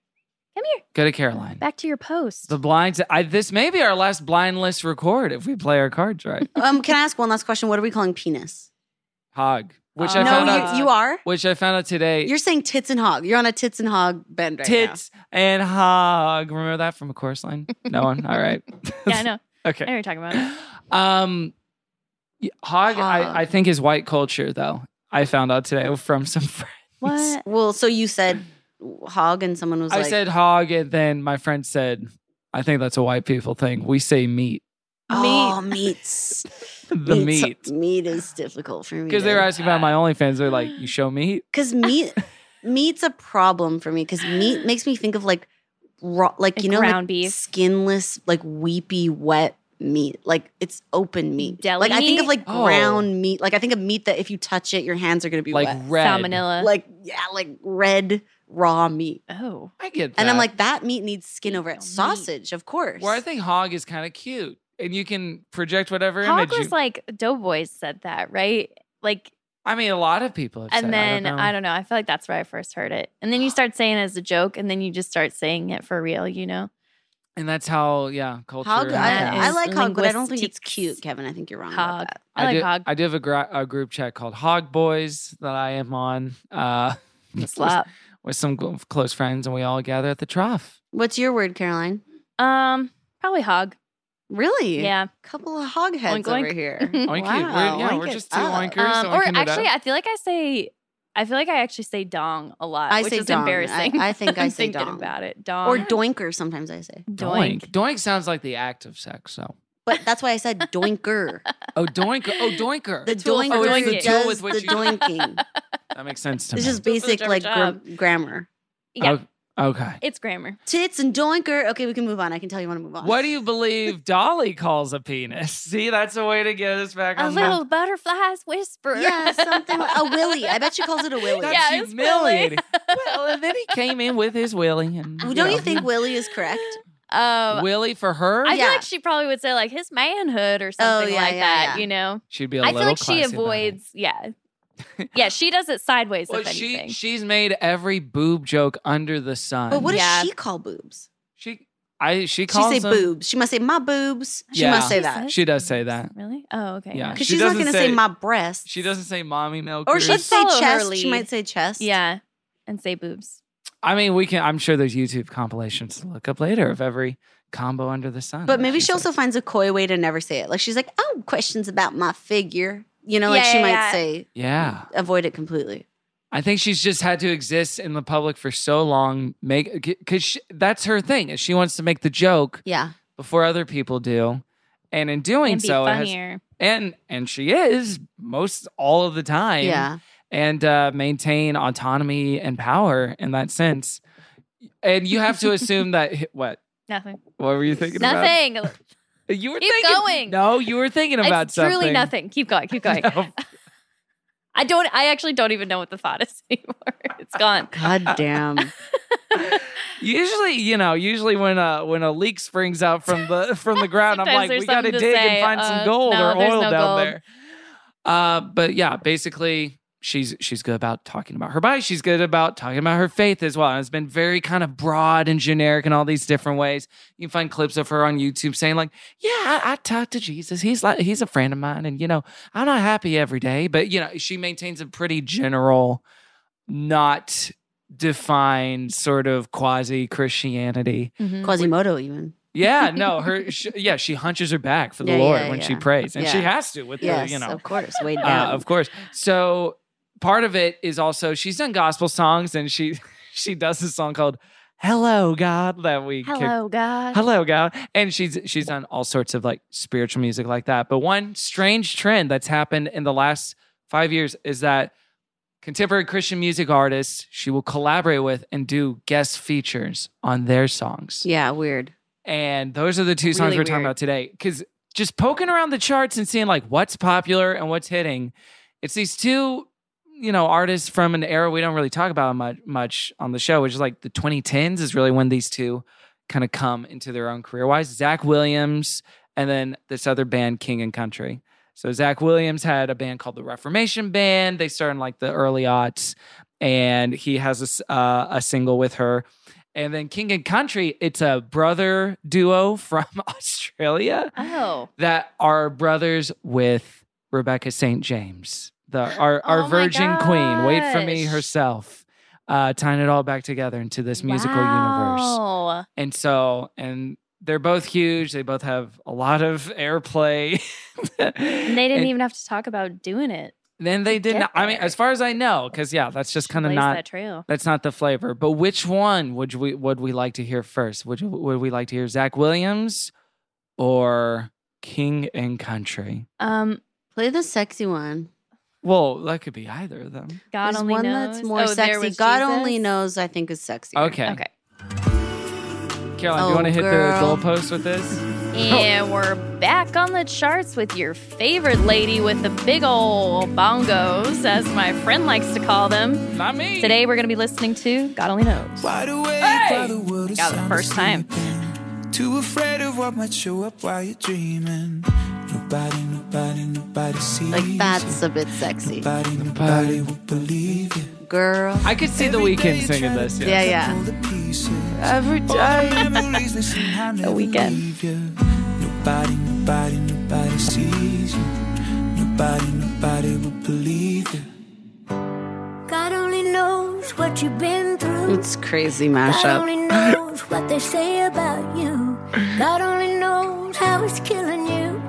come here, Go to Caroline. back to your post. The blinds. I, this may be our last blind list record if we play our cards right. um, can I ask one last question? What are we calling penis? Hog, which I Oh, no, found you, out. you are. Which I found out today. You're saying tits and hog. You're on a tits and hog bend right now. tits and hog. Remember that from a chorus line? No one. All right. yeah, I know. I know what Okay. you're talking about. Um, y- hog. Hog. I, I think is white culture though. I found out today from some friends. What? Well, so you said hog, and someone was I like, said hog, and then my friend said, "I think that's a white people thing. We say meat, oh, meats. the meat." meat. Meat is difficult for me Because they were asking about my OnlyFans. They're like, "You show meat? because meat meat's a problem for me because meat makes me think of like raw, like Like you know, ground like beef. skinless, like weepy, wet meat. Like it's open meat. Deli like I think of meat? like Oh. ground meat. Like I think of meat that if you touch it, your hands are gonna be Like wet. red? Salmonella. Like yeah, like red raw meat. oh, I get that." And I'm like, that meat needs skin over Oh, it. meat. Sausage, of course. Well, I think hog is kind of cute, and you can project whatever Hog image. was you, like Doughboys said that, right? Like, I mean, a lot of people. Have and said, then I don't, I don't know. know. I feel like that's where I first heard it, and then you start saying it as a joke, and then you just start saying it for real, you know? and that's how yeah, culture. hog. and that I, I is like hog, but I don't think it's linguistics. cute, Kevin. I think you're wrong Hog. about that. I like do, hog. I do have a, gr- a group chat called Hog Boys that I am on uh, Slap. with some gl- close friends, and we all gather at the trough. What's your word, Caroline? Um, probably hog. Really? Yeah. Couple of hog Oink, heads oink. over here. Oinky. Wow, we're, yeah, oink we're it just two up. oinkers. Um, or oinking it up. actually, I feel like I say, I feel like I actually say dong a lot, I which say is dong. I- embarrassing. I think I I'm say thinking dong. about it. Dong Or doinker sometimes I say. doink. doink. Doink sounds like the act of sex. So But that's why I said doinker. oh doink. Oh doinker. The Tool for doinker doing it. does Tool with which the you- doinking. that makes sense to It's me. just Tool for the basic job like gr- job. grammar. Yeah, Oh, okay. it's grammar. Tits and doinker. Okay, we can move on. I can tell you want to move on. What do you believe Dolly calls a penis? See, that's a way to get us back A on the- little butterflies whisper. Yeah, something like a willy. I bet she calls it a willy. That's Yeah, it's humiliating. well, and then he came in with his Willie, and Well, know. Don't you think willy is correct? Um, Willie for her? I yeah. Oh, feel like she probably would say like his manhood or something yeah, like yeah, that. yeah. You know, She'd be a I little feel like she classy about it. avoids. Yeah, yeah, she does it sideways. Well, if she anything, she's made every boob joke under the sun. But what does Yeah. she call boobs? she I Uh, she She calls say them- boobs. She must say my boobs. She Yeah. must say She that. says- She does say that. really? Oh, okay. Yeah. Because She she's not doesn't going to say say- my breasts. She doesn't say mommy milk. Or she'd Let's say follow her chest. She lead. might say chest. Yeah, and say boobs. I mean, we can. I'm sure there's YouTube compilations to look up later of every combo under the sun. But Oh, that maybe she says. also finds a coy way to never say it. Like she's like, oh, questions about my figure. You know, like Yeah, she yeah, might yeah. say, Yeah, avoid it completely. I think she's just had to exist in the public for so long. Make because that's her thing. Is she wants to make the joke Yeah. before other people do, and in doing And be so, it has- funnier. and and she is most all of the time. Yeah. and uh, maintain autonomy and power in that sense. And you have to assume that what? Nothing. What were you thinking about? Nothing. You were Keep thinking. going. No, you were thinking about it's something. truly nothing. Keep going. Keep going. No. I don't. I actually don't even know what the thought is anymore. It's gone. God damn. Usually, you know, usually when a when a leak springs out from the from the ground, I'm Sometimes like, there's we got to something to dig say, and find uh, some gold no, or there's oil no down gold. there. Uh, but yeah, basically, she's she's good about talking about her body. She's good about talking about her faith as well. And it's been very kind of broad and generic in all these different ways. You can find clips of her on YouTube saying like, "Yeah, I, I talked to Jesus. He's like he's a friend of mine, and you know I'm not happy every day." But you know she maintains a pretty general, not defined sort of quasi Christianity. Quasimodo, even. Yeah, no, her. She, yeah, she hunches her back for the Yeah, Lord yeah, when she yeah. prays, and she Yeah. has to with yes, the you know, of course, way Uh, down. of course. So part of it is also she's done gospel songs, and she she does this song called "Hello God" that we kicked- Hello, God. Hello, gal. And she's she's done all sorts of like spiritual music like that. But one strange trend that's happened in the last five years is that contemporary Christian music artists she will collaborate with and do guest features on their songs. Yeah, weird. And those are the two songs Really we're talking weird. about today. Because just poking around the charts and seeing like what's popular and what's hitting, it's these two, you know, artists from an era we don't really talk about much, much on the show, which is like the 2010s is really when these two kind of come into their own career wise. Zach Williams and then this other band, King and Country. So Zach Williams had a band called the Reformation Band. They started in like the early aughts, and he has a s- uh, a single with her. And then King and Country, it's a brother duo from Australia Oh. that are brothers with Rebecca St. James, the our, our Oh my virgin queen. Wait for me gosh. herself. Uh, tying it all back together into this musical universe. Wow. And so, and they're both huge. They both have a lot of airplay. And they didn't And- even have to talk about doing it. Then they did get not. I mean, as far as I know, because yeah, that's just kind of blazed not that trail. That's not the flavor. But which one would we would we like to hear first? Would you- would we like to hear Zach Williams or King and Country? Um, play the sexy one. Well, that could be either of them. God There's only one knows. that's more Oh, there sexy. was God Jesus. only knows. I think is sexy. Okay. Okay. Caroline, do Oh, you want to hit girl. the goalpost with this? And we're back on the charts with your favorite lady with the big ol' bongos, as my friend likes to call them. Not me. Today we're going to be listening to God Only Knows. Wide awake hey! Got it the first time. Too afraid of what might show up while you're dreaming. Nobody, nobody, nobody sees. Like that's a bit sexy. Nobody, nobody will believe you. Girl. I could see the weekend singing this. Yeah, yeah. Every day. the weekend. Nobody, nobody, nobody sees you. Nobody, nobody will believe you. God only knows what you've been through. It's crazy God mashup. only knows what they say about you. God only knows how it's killing you.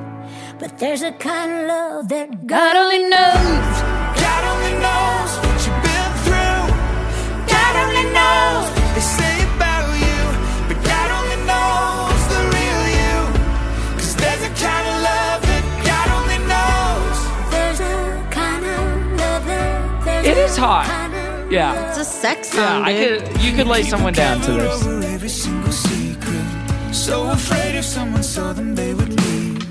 But there's a kind of love that God only knows. God only knows what you've been through. God only knows what they say about you. But God only knows the real you. 'Cause there's a kind of love that God only knows. There's a kind of love that there's It is a hot. kind of Yeah. It's a sex Yeah, song. I dude. could. You could lay someone down to this. Over every single secret. So afraid if someone saw them, they would leave.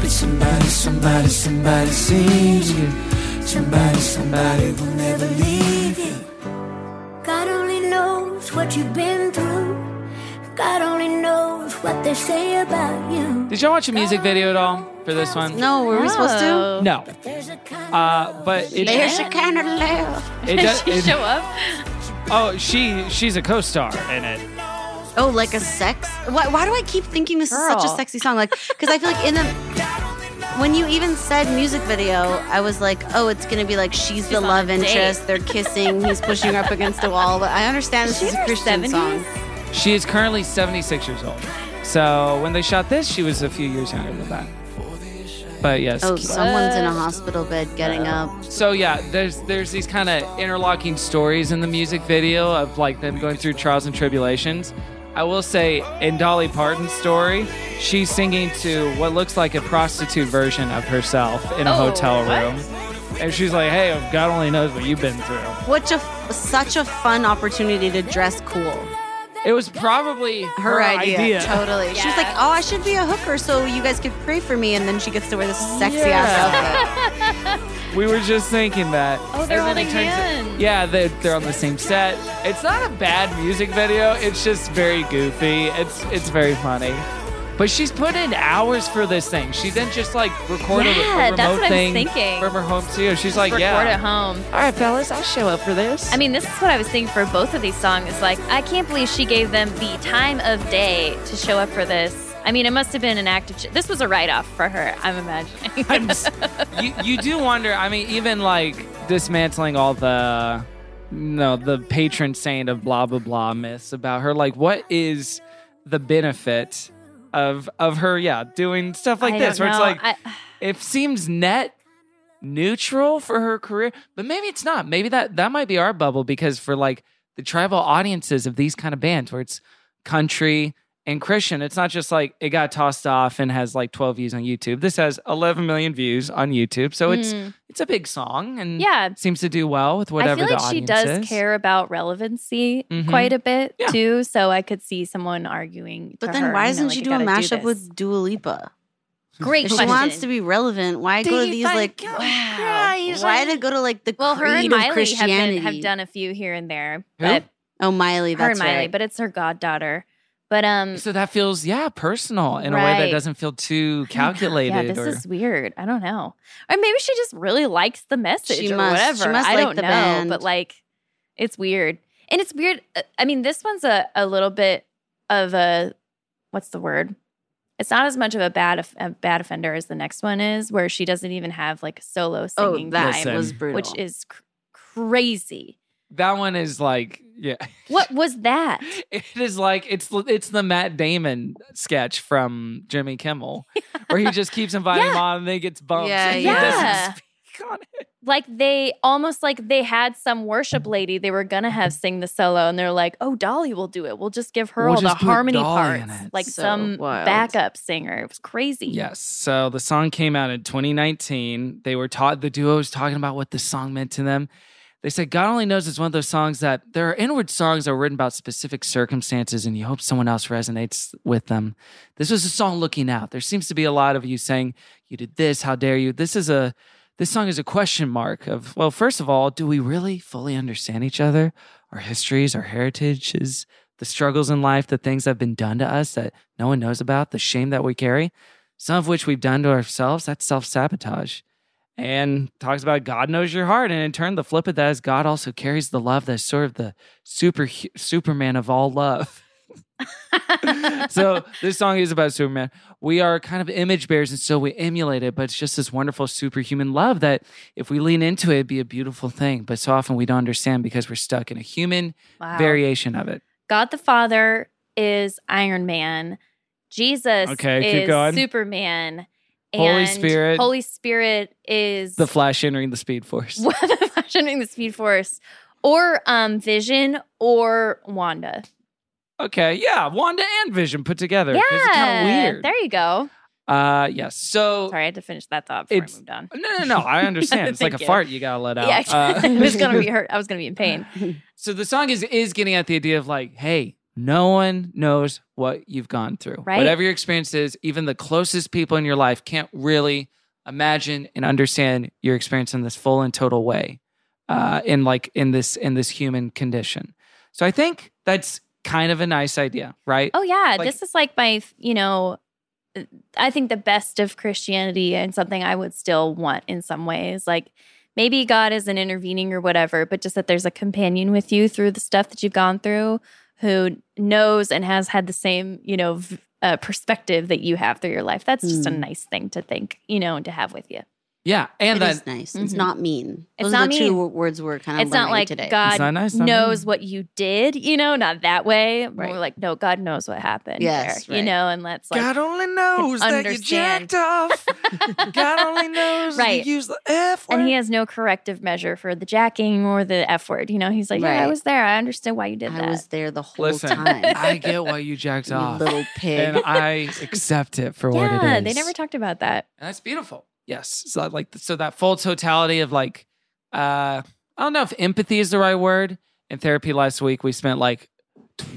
But somebody, somebody, somebody sees you. Somebody, somebody will never leave you. God only knows what you've been through. God only knows what they say about you. Did y'all watch a music video at all for this one? No, were we supposed Oh. Oh, to? No. There's a kind Uh, but it, There's a kind of love. it does. she it- show up? oh, she she's a co-star in it. Oh, like a sex? Why, why do I keep thinking this is such Girl. a sexy song? Like, because I feel like in the when you even said music video, I was like, oh, it's gonna be like she's, the on a love date. interest. They're kissing. He's pushing her up against a wall. But I understand this She is in a her Christian 70s? song. She is currently 76 years old. So when they shot this, she was a few years younger than that. But yes. Oh, someone's in a hospital bed getting up. So yeah, there's there's these kind of interlocking stories in the music video of like them going through trials and tribulations. I will say in Dolly Parton's story, she's singing to what looks like a prostitute version of herself in a Oh, hotel what? room. And she's like, "Hey, God only knows what you've been through." What a f- such a fun opportunity to dress cool. It was probably her, Her, idea, idea. totally. She was like, "Oh, I should be a hooker, so you guys could pray for me." And then she gets to wear this sexy ass Yeah. outfit. We were just thinking that. Oh, they're And then holding it turns- hands. yeah, they're, they're on the same set. It's not a bad music video. It's just very goofy. It's it's very funny. But she's put in hours for this thing. She didn't just like record a- a, Yeah, remote that's what I was thing thinking. from her home studio. She's like, record yeah, at home. All right, fellas, I'll show up for this. I mean, this is what I was thinking for both of these songs. Is like, I can't believe she gave them the time of day to show up for this. I mean, it must have been an act of. Ch- this was a write-off for her. I'm imagining. you, you do wonder. I mean, even like dismantling all the, no, the patron saint of blah blah blah myths about her. Like, what is the benefit of of her? Yeah, doing stuff like I this, don't where it's know. like I- it seems net neutral for her career, but maybe it's not. Maybe that that might be our bubble because for like the tribal audiences of these kind of bands, where it's country and Christian, it's not just like it got tossed off and has like 12 views on YouTube. This has 11 million views on YouTube, so Mm. it's it's a big song and Yeah. seems to do well with whatever I feel the like she audience does is. care about relevancy Mhm. quite a bit Yeah. too. So I could see someone arguing. But to then her, why you know, isn't like, she you doing a gotta do mashup this. with Dua Lipa? Great If she wants question. to be relevant. Why Do go to you these find- like God, wow? you're Why so- to go to like the Well, her and creed of Miley have, been, have Christianity? done a few here and there. Who? But Oh, Miley. her That's and Miley, right. but it's her goddaughter. But um, so that feels yeah personal in a way Right. that doesn't feel too calculated yeah, this or is weird. I don't know, or maybe she just really likes the message She or must- she whatever. must I like don't the know, band. but like, it's weird, and it's weird. uh, I mean, this one's a a little bit of a what's the word? It's not as much of a bad of- a bad offender as the next one is, where she doesn't even have like solo Oh, singing that time, was brutal. which is cr- crazy. that one is like yeah What was that? It is like it's it's the Matt Damon sketch from Jimmy Kimmel, where he just keeps inviting him on and then he gets bumped. Yeah, and he yeah. doesn't Yeah. speak. like they almost like they had some worship lady they were gonna have sing the solo and they're like oh dolly will do it we'll just give her We'll all the just put harmony Dolly in parts it. like So some wild. backup singer it was crazy Yes. So the song came out in 2019. They were taught the duo was talking about what the song meant to them. They said God only knows it's one of those songs that there are inward songs that were written about specific circumstances, and you hope someone else resonates with them. This was a song looking out. There seems to be a lot of you saying you did this. How dare you? This is a this song is a question mark of well, first of all, do we really fully understand each other, our histories, our heritages, the struggles in life, the things that have been done to us that no one knows about, the shame that we carry some of which we've done to ourselves, that's self sabotage. And talks about God knows your heart. And in turn, the flip of that is God also carries the love that's sort of the super Superman of all love. so this song is about Superman. We are kind of image bearers, and so we emulate it, but it's just this wonderful superhuman love that if we lean into it, it'd be a beautiful thing. But so often we don't understand because we're stuck in a human Wow. variation of it. god the father is iron man jesus Okay, keep is going. superman Holy and Spirit. holy spirit is The Flash entering the Speed Force. entering the speed force or um vision or wanda Okay, yeah, Wanda and Vision put together. 'cause It's kind of Yeah, weird. there you go Uh, yes. So sorry i had to finish that thought before it's i moved on no, no, no. I understand. it's like a Thank you. fart you gotta let out. Yeah, Uh, it was gonna be hurt. I was gonna be in pain. so the song is is getting at the idea of like, hey, no one knows what you've gone through. Right. Whatever your experience is, even the closest people in your life can't really imagine and understand your experience in this full and total way. Uh, in like in this in this human condition. So I think that's kind of a nice idea, right? Oh yeah, Like- this is like my, you know, I think the best of Christianity and something I would still want in some ways. Like maybe God isn't intervening or whatever, but just that there's a companion with you through the stuff that you've gone through who knows and has had the same, you know, v- uh, perspective that you have through your life. That's just a Hmm. nice thing to think, you know, and to have with you. Yeah, and It that is nice. It's Mhm. not mean. It's Those not are the two mean. wo- words we're kind of it's not like today. God not nice, not knows mean. what you did, you know, not that way. More Right. like, no, God knows what happened. Yes, there, you right. know, and let's like God only knows that you understand. jacked off. God only knows Right. you use the F word. and he has no corrective measure for the jacking or the F word. You know, he's like, yeah, I Right. was there. I understood why you did that. I was there the whole Listen, time. I get why you jacked you off. little pig. And I accept it for what it yeah, is. they never talked about that. Mm, And that's beautiful. Yes. So like so that full totality of like uh I don't know if empathy is the right word. In therapy last week we spent like tw-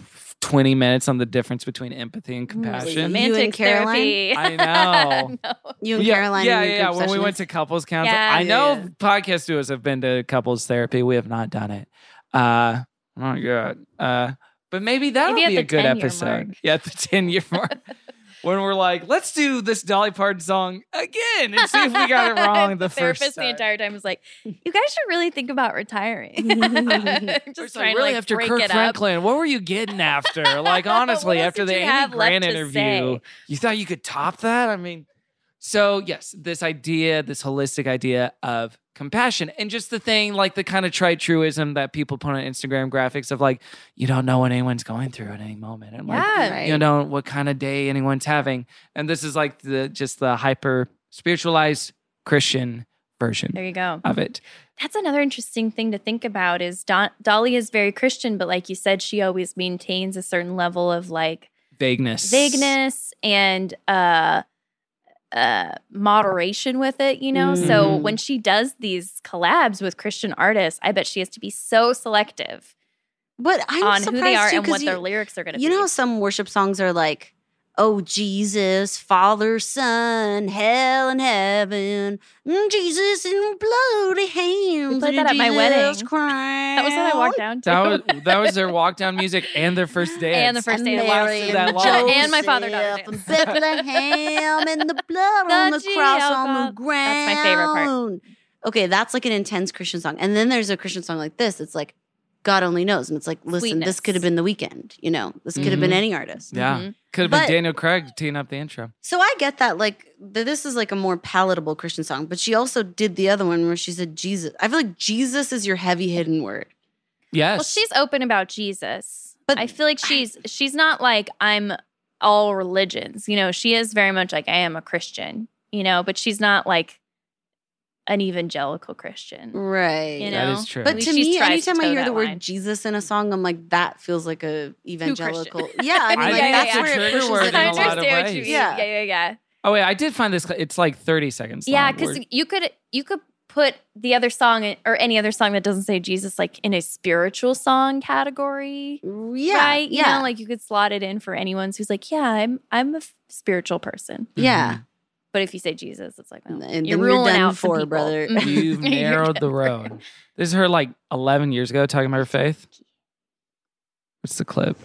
20 minutes on the difference between empathy and compassion. You and Romantic Caroline? therapy. I know. You and yeah, Caroline. Yeah, and yeah, your yeah. group When we went sessions? to couples counseling, Yeah. I Yeah, know yeah. podcast duos have been to couples therapy. We have not done it. Uh, oh my god. Uh, but maybe that'll Maybe at be a the good 10-year episode. mark. Yeah, at the ten year mark. when we're like, let's do this Dolly Parton song again and see if we got it wrong the first therapist time. the entire time was like, "You guys should really think about retiring." It's just like, really after break Kirk it up. Franklin, what were you getting after? Like honestly, after the you Amy have left Grant to interview, say? you thought you could top that? I mean, so yes, this idea, this holistic idea of compassion, and just the thing, like the kind of trite truism that people put on Instagram graphics of like, you don't know what anyone's going through at any moment, and like, Yeah. you know what kind of day anyone's having, and this is like the just the hyper spiritualized Christian version There you go. of it. That's another interesting thing to think about is Don- Dolly is very Christian, but like you said, she always maintains a certain level of like Vagueness. vagueness and uh uh moderation with it you know so Mhm. when she does these collabs with christian artists i bet she has to be so selective but I'm on who they surprised are too, and 'cause what their you- lyrics are going to be You know, how some worship songs are like, "Oh Jesus, Father, Son, Hell and Heaven, mm, Jesus in bloody hands." we played and that at my Jesus wedding Christ. that was what i walked down to That was that was their walk down music and their first dance. and the first day of Mary lawsuit. and and, my father died. Joseph and Bethlehem and the blood on The the cross on the G-L-God. ground. That's my favorite part. Okay, that's like an intense Christian song. And then there's a Christian song like this. It's like, God only knows. And it's like, listen, Sweetness. Mm-hmm. this could have been the weekend, you know, this could have been Mhm. any artist. Yeah. Could have But- been Daniel Craig teeing up the intro. So I get that, like, th- this is like a more palatable Christian song, but she also did the other one where she said Jesus. I feel like Jesus is your heavy hidden word. Yes. well she's open about jesus but i feel like she's she's not like i'm all religions you know she is very much like i am a christian you know but she's not like an evangelical christian Right. You That know? is true. But At to least she me, tries to anytime I toe hear that the word line. Jesus in a song, I'm like, that feels like a evangelical. Yeah, I mean, I like, think that's it's a where it trigger pushes word it. in a lot of I understand what you ways. mean. yeah yeah yeah yeah Oh wait, I did find this. It's like thirty seconds. yeah long. because We're- you could you could put the other song in- or any other song that doesn't say jesus like in a spiritual song category Yeah, right you yeah. know like you could slot it in for anyone who's like yeah i'm i'm a f- spiritual person Yeah. Mm-hmm. but if you say jesus it's like well, And you're then you're ruling done out some for, people. brother. Mhm. you've You're narrowed the done for. road. This is her like eleven years ago talking about her faith. What's the clip?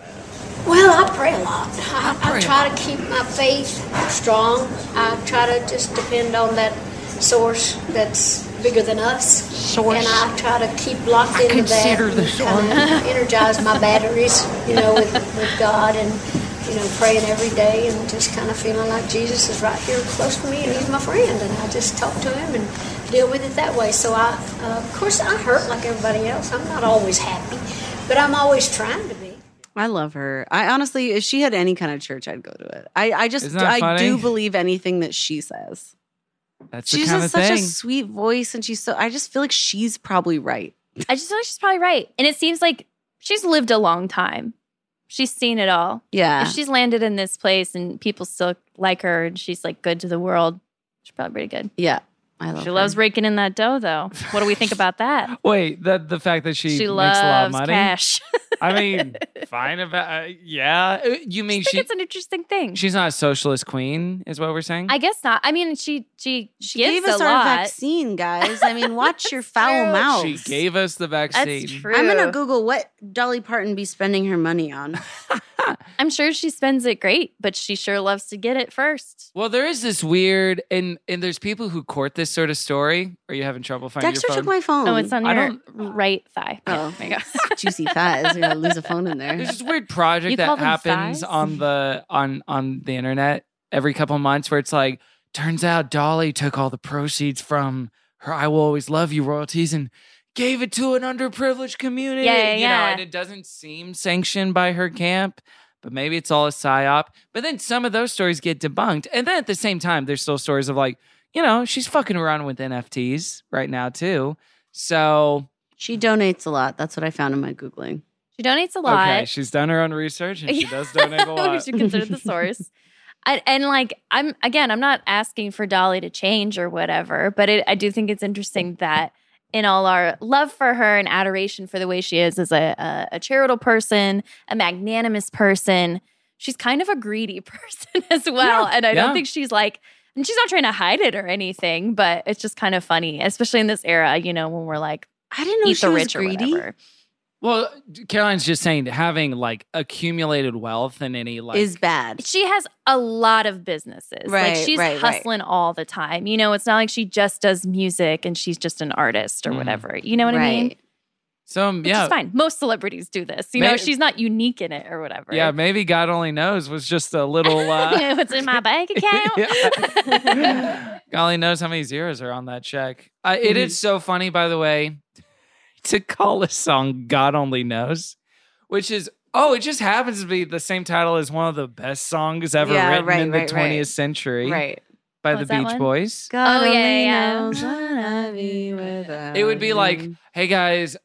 Well, I pray a lot. I, I try to keep my faith strong. I try to just depend on that source that's bigger than us. Source. And I try to keep locked I into consider that. the and kinda source. energize my batteries, you know, with, with God and, you know, praying every day and just kind of feeling like Jesus is right here close to me and he's my friend. And I just talk to him and deal with it that way. So I, uh, of course, I hurt like everybody else. I'm not always happy, but I'm always trying to be. I love her. I honestly, if she had any kind of church, I'd go to it. I, I just, Isn't that I funny? do believe anything that she says. That's she's the kind just of such a thing. sweet voice, and she's so. I just feel like she's probably right. i just feel like she's probably right and it seems like she's lived a long time she's seen it all Yeah. if she's landed in this place and people still like her and she's like good to the world she's probably pretty good Yeah, I love. she loves raking in that dough though what do we think about that Wait, the the fact that she, she makes loves a lot of money. cash I mean, fine about uh, yeah. Uh, You mean I she? think it's an interesting thing. She's not a socialist queen, is what we're saying. I guess not. I mean, she she she gives Gave us a our lot. vaccine, guys. I mean, watch your foul mouth. She gave us the vaccine. I'm gonna Google what Dolly Parton be spending her money on. I'm sure she spends it great, but she sure loves to get it first. Well, there is this weird, and and there's people who court this sort of story. Are you having trouble finding Dexter your phone? took my phone. Oh, it's on I your don't- right thigh. Oh, there you go. juicy thighs. You're gonna lose a phone in there. There's this weird project You call that them happens thighs? on the on on the internet every couple months where it's like, turns out Dolly took all the proceeds from her "I Will Always Love You" royalties and gave it to an underprivileged community. Yeah, you yeah. know, and it doesn't seem sanctioned by her camp. But maybe it's all a psyop. But then some of those stories get debunked. And then at the same time, there's still stories of like, you know, she's fucking around with NFTs right now too. So She donates a lot. That's what I found in my googling. She donates a lot. okay, she's done her own research and she Yeah. does donate a lot. we should consider the source. I, and like I'm again, I'm not asking for Dolly to change or whatever, but it, I do think it's interesting that in all our love for her and adoration for the way she is as a, a, a charitable person, a magnanimous person, she's kind of a greedy person as well. Yeah, and I yeah. don't think she's like, and she's not trying to hide it or anything, but it's just kind of funny, especially in this era, you know, when we're like, I didn't know eat she the was rich or greedy. whatever. Well, Caroline's just saying that having like accumulated wealth in any like is bad. She has a lot of businesses. Right, like she's right, right. hustling all the time. You know, it's not like she just does music and she's just an artist or Mhm. whatever. You know what I mean? Right. some Which yeah is fine. Most celebrities do this. You May- know, she's not unique in it or whatever. yeah maybe God only knows was just a little you uh, know, it's in my bank account. God only knows how many zeros are on that check. Uh, Mm-hmm. it is so funny, by the way, to call a song "God Only Knows," which is oh, it just happens to be the same title as one of the best songs ever Yeah, written right, in the right, right. twentieth century, Right. By What's the that Beach one? Boys. God Oh, yeah, only yeah. knows what I'd be without It would be like, you. hey guys,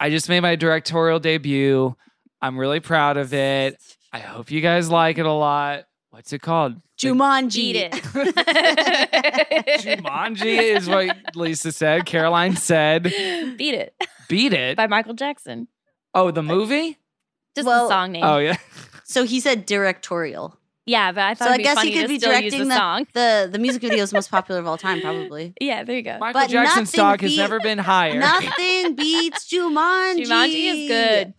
I just made my directorial debut. I'm really proud of it. I hope you guys like it a lot. What's it called? Jumanji. Eat it. Jumanji is what Lisa said. Caroline said, Beat it beat it. by Michael Jackson. Oh, the movie? Just the song name. Oh, yeah. So he said directorial. Yeah, but I thought it'd So I be guess funny he could to be still use directing the song. the, the the music videos most popular of all time, probably. Yeah, there you go. Michael But Jackson's nothing stock has beat- never been higher. Nothing beats Jumanji. Jumanji is good.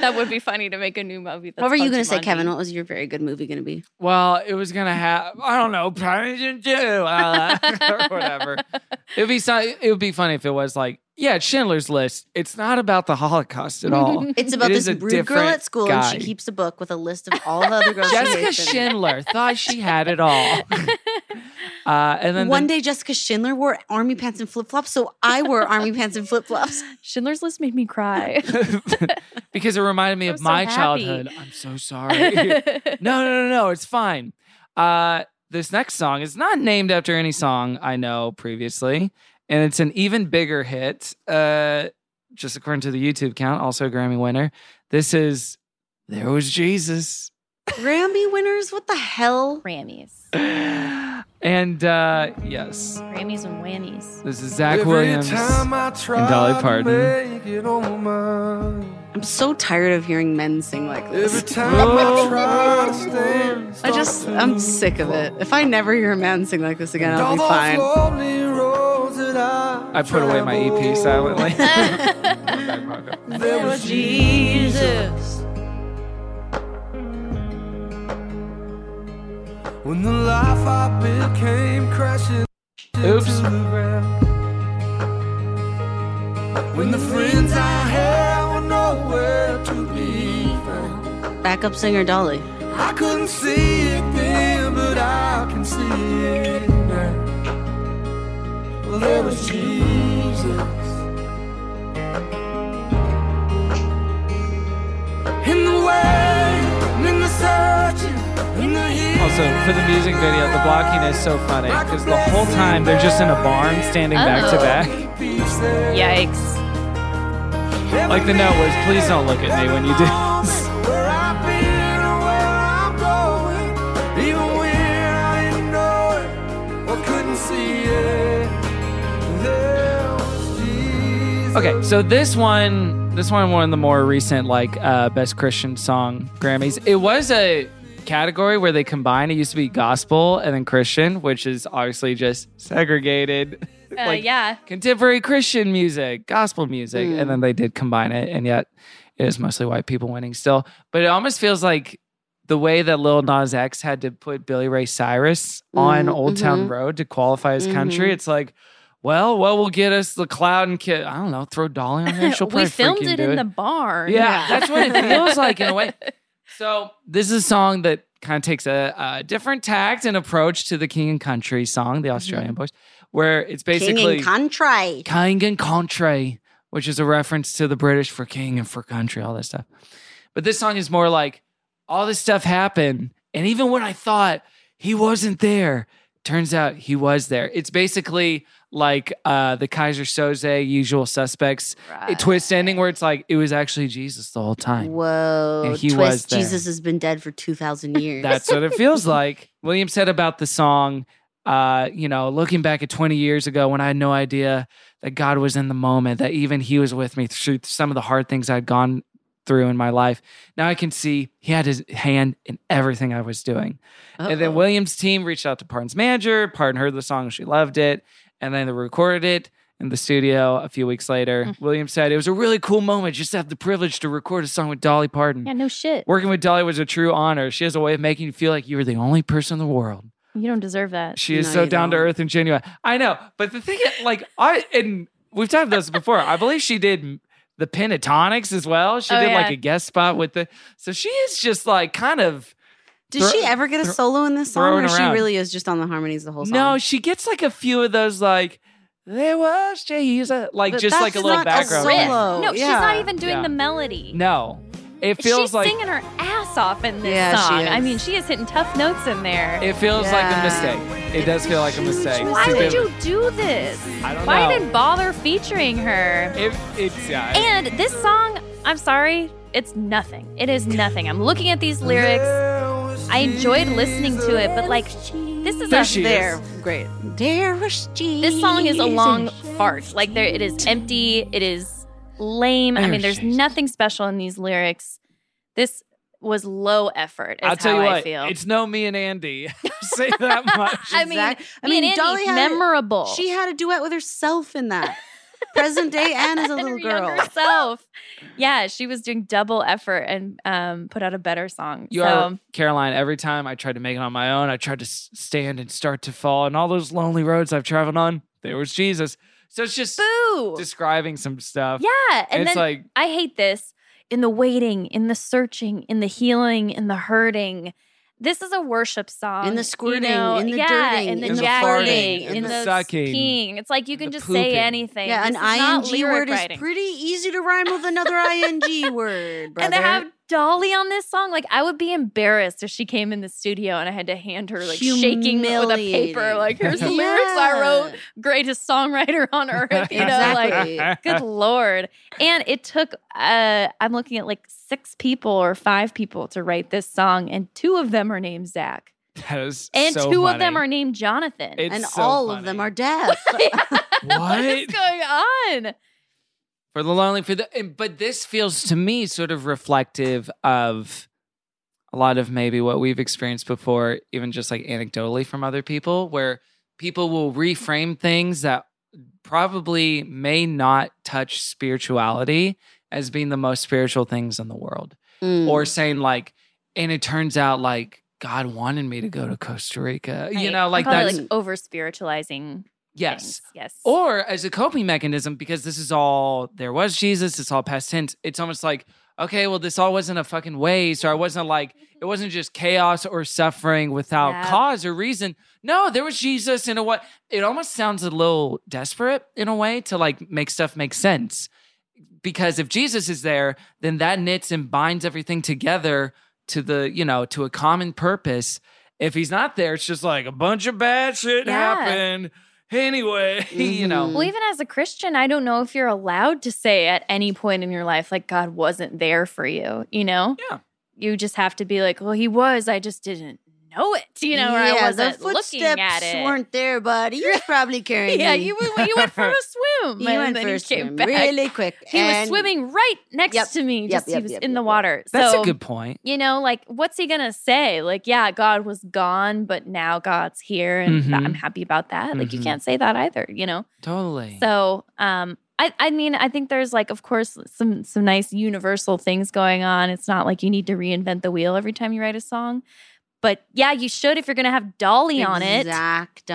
that would be funny to make a new movie. That's what were you called going to say, Jumanji. Kevin? What was your very good movie going to be? Well, it was gonna have I don't know, Pirates and Jew, uh, or whatever. It would be so, it would be funny if it was like, yeah, Schindler's List. It's not about the Holocaust at all. It's about It this is a rude girl different at school, guy. and she keeps a book with a list of all the other girls. she Jessica hates and- Schindler thought she had it all. Uh, and then One the- day, Jessica Schindler wore army pants and flip flops, so I wore army pants and flip flops. Schindler's List made me cry. because it reminded me of so my happy. childhood. I'm so sorry. no, no, no, no. It's fine. Uh, this next song is not named after any song I know previously, and it's an even bigger hit. Uh, just according to the YouTube count, also a Grammy winner. This is "There Was Jesus," Grammy winners? What the hell? Grammys, and uh, yes, Grammys, and whammies. this is Zach Every Williams time I and try Dolly to Parton. make it on my mind. I'm so tired of hearing men sing like this. Every time I try to stand, I just, I'm sick of it. If I never hear a man sing like this again, I'll all be those fine. lonely roads that I I put away my EP silently. There was Jesus. When the life I built came crashing Oops. into the ground. When the friends I had were nowhere to be found. Backup singer Dolly. I couldn't see it then, but I can see it now. Well, there was Jesus. In the way, in the searching, in the heat. Also, for the music video, the blocking is so funny because the whole time they're just in a barn standing back to Oh. back. Yikes! Like the note was, please don't look at me when you do this. Where I've been or where I'm going, even when I didn't know it or couldn't see it. There was Jesus. Okay, so this one, this one won the more recent like uh, best Christian song Grammys. It was a category where they combined. It used to be gospel and then Christian, which is obviously just segregated. Uh, Like, yeah, contemporary Christian music, gospel music, and Hmm. then they did combine it, and yet it is mostly white people winning still. But it almost feels like the way that Lil Nas X had to put Billy Ray Cyrus on Mm, Old mm-hmm. Town mhm. Road to qualify his country. Mhm. It's like, well, what will get us the cloud and kid? I don't know. Throw Dolly on there. She'll we probably filmed freaking it do in the barn. Yeah, that's what it feels like in a way. So this is a song that kind of takes a, a different tact and approach to the King and Country song, Mm-hmm. the Australian boys, where it's King basically and Country. King and Country, which is a reference to the British for king and for country, all that stuff. But this song is more like all this stuff happened, and even when I thought he wasn't there, turns out he was there. It's basically like uh, the Kaiser Soze Usual Suspects twist ending, where it's like it was actually Jesus the whole time. Whoa. And he twist. was there. Jesus has been dead for 2,000 years. That's what it feels like. William said about the song, uh, you know, looking back at 20 years ago when I had no idea that God was in the moment, that even He was with me through some of the hard things I'd gone through in my life. Now I can see He had His hand in everything I was doing. And then William's team reached out to Parton's manager. Parton heard the song, she loved it, and then they recorded it. in the studio a few weeks later. Williams said, It was a really cool moment just to have the privilege to record a song with Dolly Parton. Yeah, no shit. Working with Dolly was a true honor. She has a way of making you feel like you are the only person in the world. You don't deserve that. She is so down to earth and genuine. I know, but the thing, is, like I and we've talked about this before. I believe she did the Pentatonics as well. She Oh, did like yeah. a guest spot with the. So she is just like kind of. Did she ever get a thro- solo in this song, thrown or she around. really is just on the harmonies the whole song? No, she gets like a few of those like there was Jesus, like But just that's like a little not a background. riff. thing. No, she's not even doing Yeah. the melody. No, it feels she's like singing her ass off in this Yeah, she song. I is. mean, she is hitting tough notes in there. it feels like a mistake. It does feel like a mistake. Why It's a would bit- you do this? I don't Why know. even bother featuring her? It, it's yeah. it- And this song, I'm sorry, it's nothing. It is nothing. I'm looking at these lyrics. I enjoyed listening to it, but like, this is There a she is. there. Great. This song is a long fart. Like there, it is empty. It is lame. I There mean, there's she nothing special in these lyrics. This was low effort. Is I'll tell how you what. I feel. It's no me and Andy. Say that much. I mean, me and Andy, memorable. She had a duet with herself in that. Present day and as a little girl. herself. Yeah, she was doing double effort and um, put out a better song. You so are Caroline. Every time I tried to make it on my own, I tried to s- stand and start to fall, and all those lonely roads I've traveled on, there was Jesus. So it's just Boo! describing some stuff. Yeah, and it's then like I hate this in the waiting, in the searching, in the healing, in the hurting. This is a worship song. In the you squirting, know? in the yeah, dirting, in the in the jacking, farting, in, in the, the sucking, peeing. It's like you can just say pooping. anything. Yeah, This is an not ing lyric word writing. is pretty easy to rhyme with another ing word, brother. And to have Dolly on this song, like I would be embarrassed if she came in the studio and I had to hand her like shaking with a paper, Humiliating. like here's the lyrics I wrote, greatest songwriter on earth, you know, like Exactly. good lord. And it took uh I'm looking at like six people or five people to write this song, and two of them are named Zach. that is And so two of them funny. are named Jonathan. It's And so all of funny. them are deaf. what is going on? for the lonely for the and- but this feels to me sort of reflective of a lot of maybe what we've experienced before even just like anecdotally from other people where people will reframe things that probably may not touch spirituality as being the most spiritual things in the world Mm. or saying like and it turns out like god wanted me to go to costa rica you Right. know I'm like probably, that's like over spiritualizing. Yes. Yes. Or as a coping mechanism, because this is all there was Jesus, it's all past tense. It's almost like, okay, well, this all wasn't a fucking waste, or I wasn't like, it wasn't just chaos or suffering without Yeah. cause or reason. No, there was Jesus in a way. It almost sounds a little desperate in a way to like make stuff make sense. Because if Jesus is there, then that knits and binds everything together to the, you know, to a common purpose. If he's not there, it's just like a bunch of bad shit Yeah. happened anyway, you know. Well, even as a Christian, I don't know if you're allowed to say at any point in your life, like, God wasn't there for you, you know? Yeah. You just have to be like, well, he was. I just didn't know it, you know, or I Yeah, the wasn't looking at footsteps it. weren't there, buddy. You was probably carrying. yeah, me. you, w- you went for a swim. You and went then for he a came swim back. really quick, He was and- swimming right next to me. yep, Just he yep, was yep, in the water. That's so, a good point. You know, like, what's he going to say? Like, yeah, God was gone, but now God's here, and th- Mhm. Mm-hmm. I'm happy about that. Like, you Mhm. can't say that either, you know? Totally. So, um, I, I mean, I think there's like, of course, some some nice universal things going on. It's not like you need to reinvent the wheel every time you write a song, but yeah, you should if you're gonna have Dolly on it.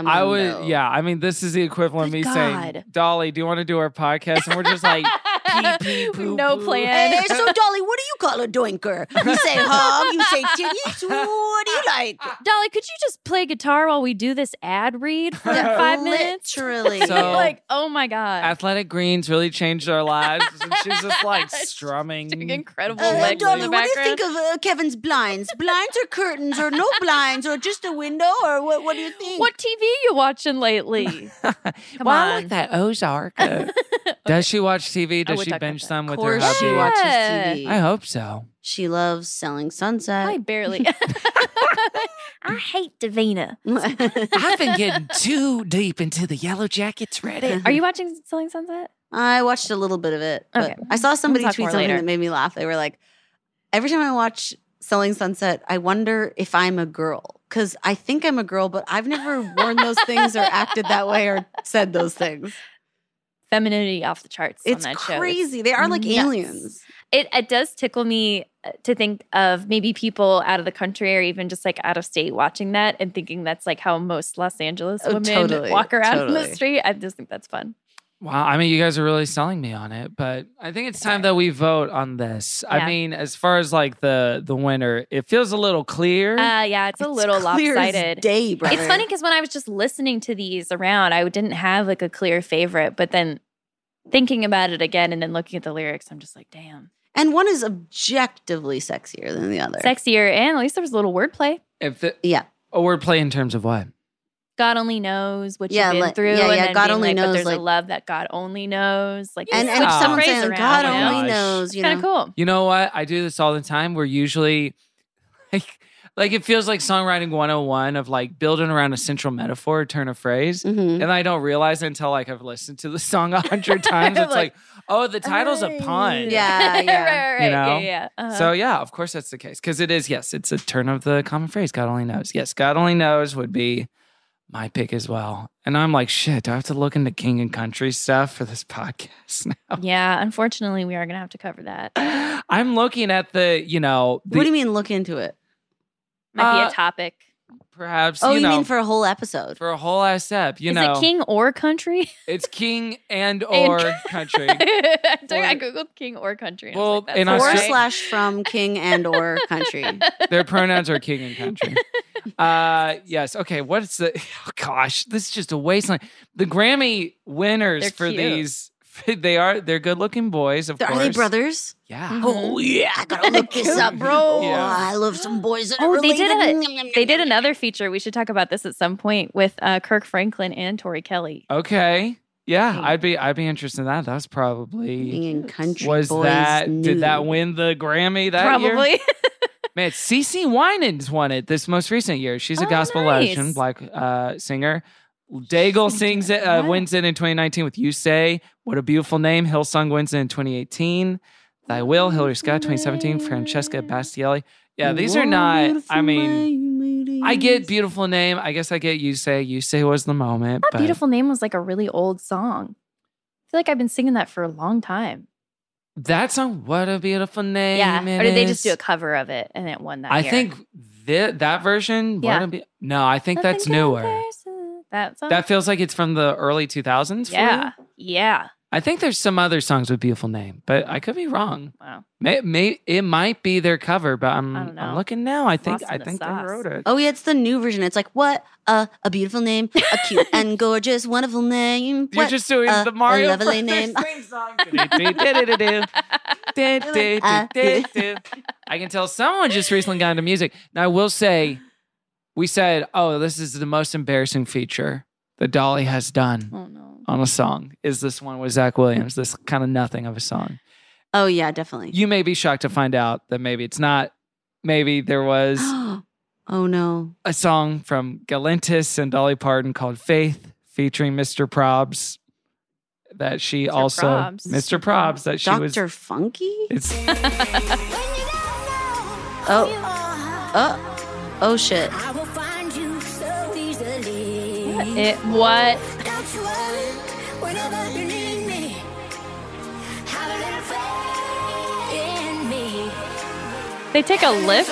I would, yeah. I mean, this is the equivalent of me saying, God. Dolly, do you want to do our podcast? And we're just like, pee, pee, poo, No poo. plan. Hey, so Dolly, what do you call a doinker? You say hog, you say titties. What do you like? Dolly, could you just play guitar while we do this ad read for Yeah, five minutes? literally. So- like, oh my god, Athletic Greens really changed our lives. and she's just like strumming. incredible Uh, legs in Dolly, the what do you background. think of uh, Kevin's blinds? Blinds or curtains or no blinds or just a window or what? What do you think? What TV you watching lately? Come well, I on. like that Ozark. Uh, Does she watch TV? Does would she talk about binge that. some with Of course her hubby? she watches TV. I hope so. She loves selling sunset. I barely. I hate Davina. I've been getting too deep into the Yellow Jackets Reddit. Are you watching Selling Sunset? I watched a little bit of it. but Okay. I saw We'll somebody talk tweet more something later. that made me laugh. They were like, every time I watch Selling Sunset, I wonder if I'm a girl. Because I think I'm a girl, but I've never worn those things or acted that way or said those things. femininity off the charts It's on that show. crazy. They are like nuts. aliens. It, it does tickle me uh, to think of maybe people out of the country or even just like out of state watching that and thinking that's like how most Los Angeles Oh, women totally, walk around in totally. the street. I just think that's fun. Wow, I mean, you guys are really selling me on it, but I think it's time that we vote on this. Yeah. I mean, as far as like the the winner, it feels a little clear. Uh, yeah, it's a little clear as lopsided. day, It's brother. funny because when I was just listening to these around, I didn't have like a clear favorite, but then thinking about it again and then looking at the lyrics, I'm just like, damn, And one is objectively sexier than the other. sexier. And at least there was a little wordplay. if the, yeah, a wordplay in terms of what? God only knows what Yeah, you've been like- through. yeah, and yeah, then God being only like, But knows, there's like- a love that God only knows. Like, And, and if Yeah. someone's phrase saying around, God you know? only Gosh. knows, you kind know, of cool. You know what? I do this all the time. We're usually like like it feels like songwriting 101 of like building around a central metaphor, turn a phrase. Mm-hmm. And I don't realize until like I've listened to the song a hundred times. It's like, Like, oh, the title's a pun. Yeah, yeah. right, right, right. You know? Yeah, yeah. Uh-huh. So yeah, of course that's the case because it is. Yes, it's a turn of the common phrase. God only knows. Yes, God only knows would be my pick as well. And I'm like, shit. Do I have to look into King and Country stuff for this podcast now? yeah, unfortunately, we are going to have to cover that. I'm looking at the, you know, the, what do you mean look into it? Might Uh, be a topic. perhaps. Oh, you, know, mean for a whole episode? for a whole ass up? You Is know, it king or country? It's King and And- or country. I took- I Or- googled king or country. and I was Well, like, that's in not Or Australia- right. slash from king and or country. Their pronouns are king and country. Uh yes. Okay. What's the oh gosh, this is just a wasteland. The Grammy winners They're for cute. these they are they're good looking boys, of Are course. Mm-hmm. they brothers? Yeah. Oh yeah, I gotta look this up, bro. Oh, Yeah. I love some boys that Oh, are they did related. a, they did another feature. We should talk about this at some point with uh, Kirk Franklin and Tori Oh, Kelly. Okay. Yeah, I'd be I'd be interested in that. That's probably King and country Mm-hmm. was boys that knew. did that win the Grammy that year? Probably. Man, Cece Winans won it this most recent year. She's a Oh, gospel nice. legend, black uh, singer. Daigle sings it, uh, What? wins it in 2019 with "You Say." What a beautiful name! Hillsong wins it in 2018. Thy Will, Hillary Scott, 2017. Francesca Bastielli. Yeah, these are not. I mean, I get "Beautiful Name." I guess I get "You Say." "You Say" was the moment. That but beautiful name was like a really old song. I feel like I've been singing that for a long time. That song, "What a Beautiful Name." yeah. it Or did they just do is. a cover of it and it won that? I year? think thi- that version. What Yeah. a be- no, I think Nothing that's newer. compares to That song. That feels like it's from the early 2000s. for yeah. you? Yeah. I think there's some other songs with beautiful name, but I could be wrong. Wow. May, may, it might be their cover, but I'm, I don't I'm know. looking now. I think Lost in I the think sauce. they wrote it. Oh yeah, it's the new version. It's like what a a beautiful name, a cute and gorgeous, wonderful name. You're What just doing a- the Mario a lovely Brothers name. theme song. Do-do-do-do-do. Do-do-do-do-do. I can tell someone just recently got into music. Now I will say, we said, "Oh, this is the most embarrassing feature that Dolly has done Oh no. on a song." Is this one with Zach Williams? This kind of nothing of a song. Oh yeah, definitely. you may be shocked to find out that maybe it's not. Maybe there was oh no. a song from Galantis and Dolly Parton called Faith featuring Mr. Probs that she also Probs. Mr. Probs that she was Doctor Funky. it's Oh oh oh shit. It what? They take a lift.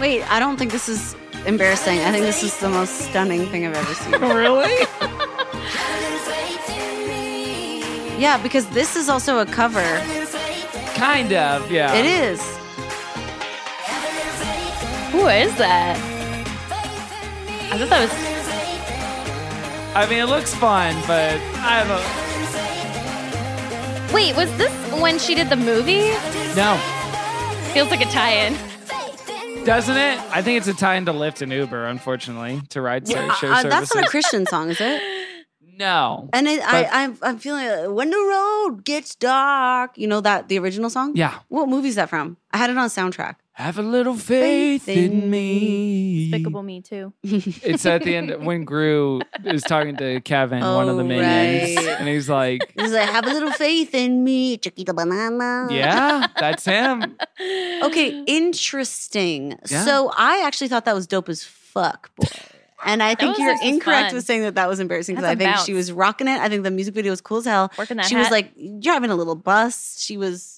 Wait, I don't think this is embarrassing. I think this is the most stunning thing I've ever seen. really Yeah, because this is also a cover. kind of yeah. It is. Who is that? I thought that was I mean, it looks fun, but I have Wait, was this when she did the movie? a no, Feels like a tie-in. doesn't it? I think it's a tie into Lyft and Uber, unfortunately, to ride share, Yeah, share uh, that's services. not a Christian song, is it? no, And it, I, But- I'm, I'm feeling like, when the road gets dark. You know that the original song. yeah, What movie is that from? I had it on a soundtrack. have a little faith, Faith in, in me. Despicable Me too. It's at the end when Gru is talking to Kevin, one of the Oh, minions, right. and he's like, It's like have a little faith in me, Chiquita Banana. "Yeah, that's him." Okay, interesting. Yeah. So I actually thought that was dope as fuck, boy. And I think was you're just incorrect fun. with saying that that was embarrassing because That's I a think bounce. she was rocking it. I think the music video was cool as hell. Working that she was hat. like driving a little bus. She was.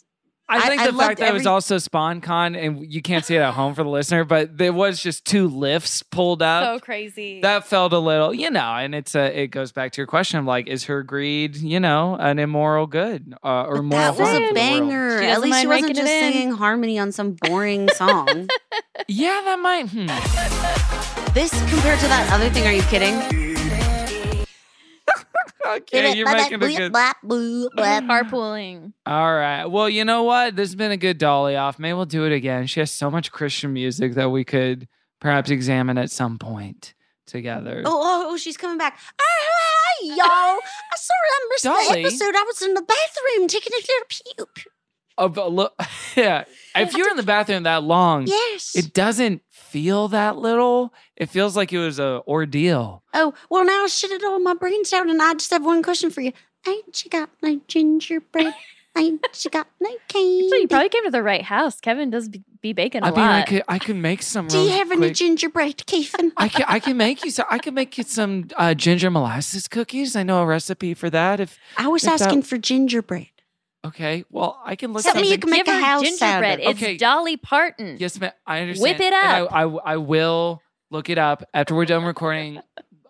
I think the loved fact that it was every- also SpawnCon, and you can't see it at home for the listener, but there was just two lifts pulled so up. crazy. that felt a little, you know, and it's a, it goes back to your question of like, is her greed, you know, an immoral good uh, or moral That was harm to a the world? banger. She At doesn't least she mind wasn't raking it just in. singing harmony on some boring song. yeah, that might. hmm. This compared to that other thing, are you kidding? Okay, you're making a good. Carpooling. All right. Well, you know what? This has been a good dolly off. Maybe we'll do it again. She has so much Christian music that we could perhaps examine at some point together. Oh, oh, oh, she's coming back. Oh, hi, y'all. I sorry I missed Dolly? the episode. I was in the bathroom taking a little puke. Oh, but look, yeah. If you're in the bathroom that Mm. long, Yes. it doesn't feel that little. It feels like it was a ordeal. Oh, well, now I shit it all my brains out, and I just have one question for you. Ain't you got no gingerbread? Ain't you got no candy? So you probably came to the right house. Kevin does be, be baking a I mean, lot. I could I could make some. Do you Mm, real have any quick- gingerbread, Keithan? I can I can make you some. I can make you some uh, ginger molasses cookies. I know a recipe for that. If I was if that- asking for gingerbread. Okay, well I can look. Something you something- can make Give a her house out of gingerbread. it. It's Okay. Dolly Parton. Yes, ma'am. I understand. Whip it And up. I, I I will look it up after we're done recording.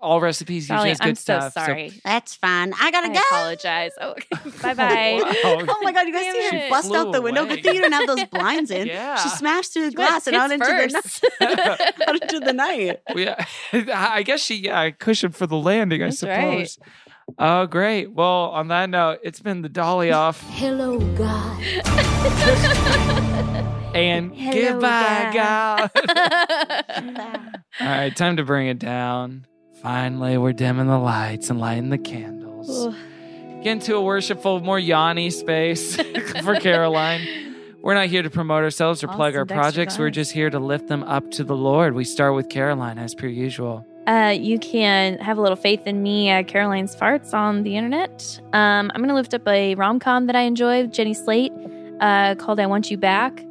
All recipes usually Dolly, has good I'm so stuff. sorry. That's fine. I gotta I go. apologize. Oh, bye bye. Wow. Oh my god, you guys Damn see her it. bust out the Flew window. away. Good thing you didn't have those blinds in. Yeah. She smashed through the went glass and out into, tits the night, out into the night. Well, oh, yeah, I guess she yeah, I cushioned for the landing, I That's right. suppose. Oh, great. Well, on that note, it's been the dolly off Hello, God. and Hello, goodbye, guy. gal. All right, time to bring it down. Finally, we're dimming the lights and lighting the candles. Get into a worshipful, more yawny space for Caroline. We're not here to promote ourselves or plug Awesome, our Dexter projects. We're Vines. just here to lift them up to the Lord. We start with Caroline, as per usual. Uh, you can have a little faith in me at Caroline's Farts on the internet. Um, I'm going to lift up a rom com that I enjoy, with Jenny Slate, uh, called I Want You Back.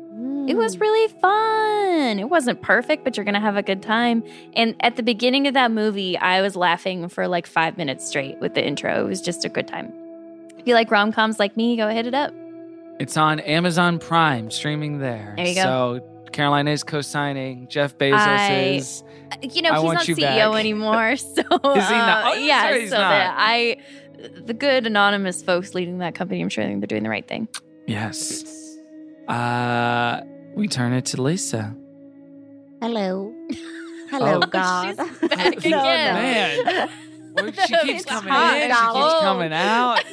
It was really fun. It wasn't perfect, but you're going to have a good time. And at the beginning of that movie, I was laughing for like five minutes straight with the intro. It was just a good time. If you like rom coms like me, go hit it up. It's on Amazon Prime, streaming there. There you go. So Caroline is co-signing. Jeff Bezos I- is. you know I he's want not you CEO back. anymore, so not? uh, Oh, that's yeah, right, he's so not. that I, the good anonymous folks leading that company, I'm sure they're doing the right thing. Yes. Uh, we turn it to Lisa. Hello. Hello, Oh. God. Back again. Man, Where- she No, keeps it's coming hot, in. She keeps Dolly. coming out.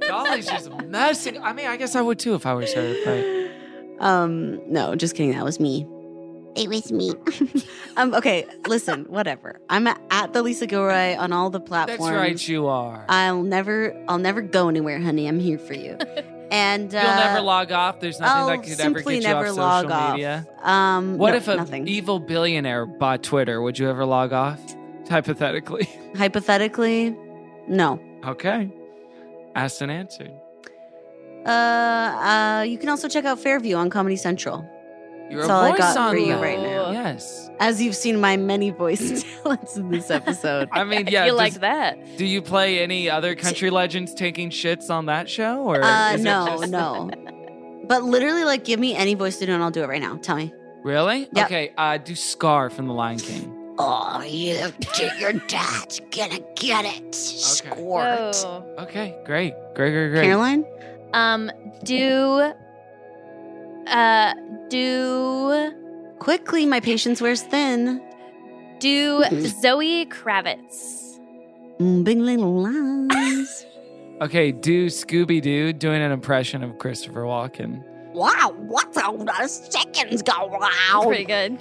Dolly's just messing. I mean, I guess I would too if I was her. But Um, no, just kidding. That was me. It was me. um, okay, listen, whatever. I'm at the Lisa Gilroy on all the that's platforms. right, you are. I'll never, I'll never go anywhere, honey. I'm here for you. And uh, You'll never log off. There's nothing I'll that could ever Oh, simply get you never off social log off. media. Um, What no, if a e- nothing? evil billionaire bought Twitter? Would you ever log off? Hypothetically. Hypothetically, no. Okay. Asked and answered. Uh, uh, you can also check out Fairview on Comedy Central. You're That's a all voice I got on for you that. right now. Yes. As you've seen my many voice talents in this episode. I mean, yeah. you does- like that? Do you play any other country legends taking shits on that show? Or Uh, is it no, just- no. But literally, like, give me any voice to do, and I'll do it right now. Tell me. Really? Yep. Okay. Uh, do Scar from The Lion King. Oh, you, your dad's gonna get it. Squirt. Oh. Okay. Great. Great. Great. Great. Caroline? Um, do, uh, do, Quickly, my patience wears thin. do Zoe Kravitz. Mm, Bing, ling, long, lines. Okay. Do Scooby Doo doing an impression of Christopher Walken? wow, what's all those chickens go That's wow? pretty good.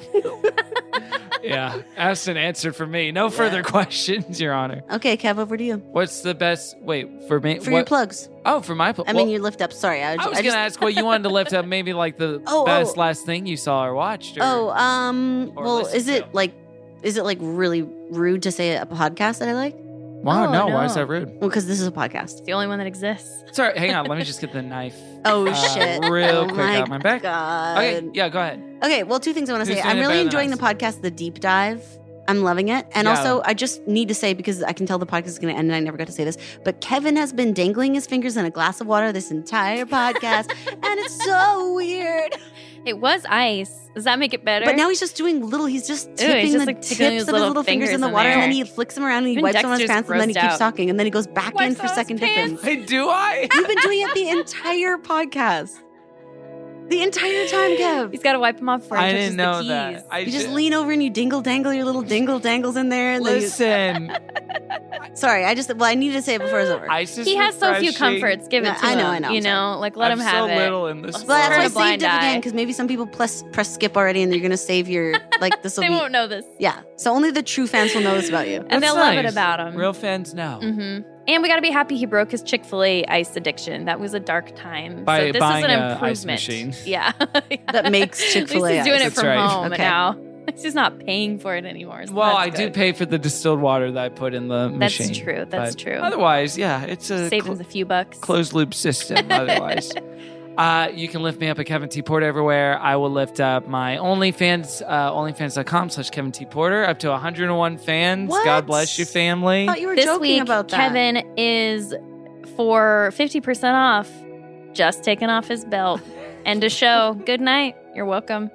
Yeah. Asked and answered for me. No further questions, Your Honor. Okay, Kev, over to you. What's the best? Wait for me. For what- your plugs. Oh, for my. Pl- I mean, well, you lift up. Sorry. I, I was I gonna just, ask what you wanted to lift up. Maybe like the Oh, best oh. last thing you saw or watched. Or, Oh, um, or well, listen is to. it like, is it like really rude to say a podcast that I like? Well, wow. oh, no, why is no. that rude? because this is a podcast. It's the only one that exists. Sorry. Hang on. Let me just get the knife. Oh uh, shit! Real Oh, quick my out my back. God. Um, Okay. Yeah. Go ahead. Okay, well, two things I want to Who's say. doing I'm it really better than enjoying the us? podcast, The Deep Dive. I'm loving it. And Yeah. also, I just need to say because I can tell the podcast is going to end and I never got to say this, but Kevin has been dangling his fingers in a glass of water this entire podcast. and it's so weird. It was ice. Does that make it better? but now he's just doing little, he's just he's tipping just, the like, tips tickling his of his little little fingers, fingers in the in water and there. then he flicks them around and he Even wipes them on his Dexter's pants and then he grossed keeps out. talking and then he goes back in for second dipping. Hey, do I? You've been doing it the entire podcast. The entire time, Kev. He's got to wipe them off before I didn't know that. I you just ju- lean over and you dingle dangle your little dingle dangles in there. And Listen. Then you, sorry, I just, well, I needed to say it before it's over. Ice is He has so few refreshing. comforts. Give it No, to I know, him, I know, You I'm sorry. know, like let I'm him so have it. little in this Let's Well, that's turn why I a blind saved it eye. again because maybe some people press, press skip already and they're going to save your, like, this will They be. won't know this. Yeah. So only the true fans will know this about you. And they'll love it about him. Real fans know. hmm And we got to be happy he broke his Chick fil A ice addiction. That was a dark time. By so this buying is an a improvement. ice machine. Yeah. That makes At least Chick-fil-A he's doing ice. it from That's right. home Okay. now. At least He's not paying for it anymore. so Well, I that's do good. pay for the distilled water that I put in the That's machine. true, that's but true. Otherwise, yeah, it's a Save cl- him a few bucks. closed loop system. Otherwise, uh, you can lift me up at Kevin T Porter everywhere. I will lift up my OnlyFans, uh, OnlyFans.com slash Kevin T Porter, up to 101 fans. What? God bless you, family. you were this joking week, about that. Kevin is for 50% off, just taking off his belt. End of show. Good night. You're welcome.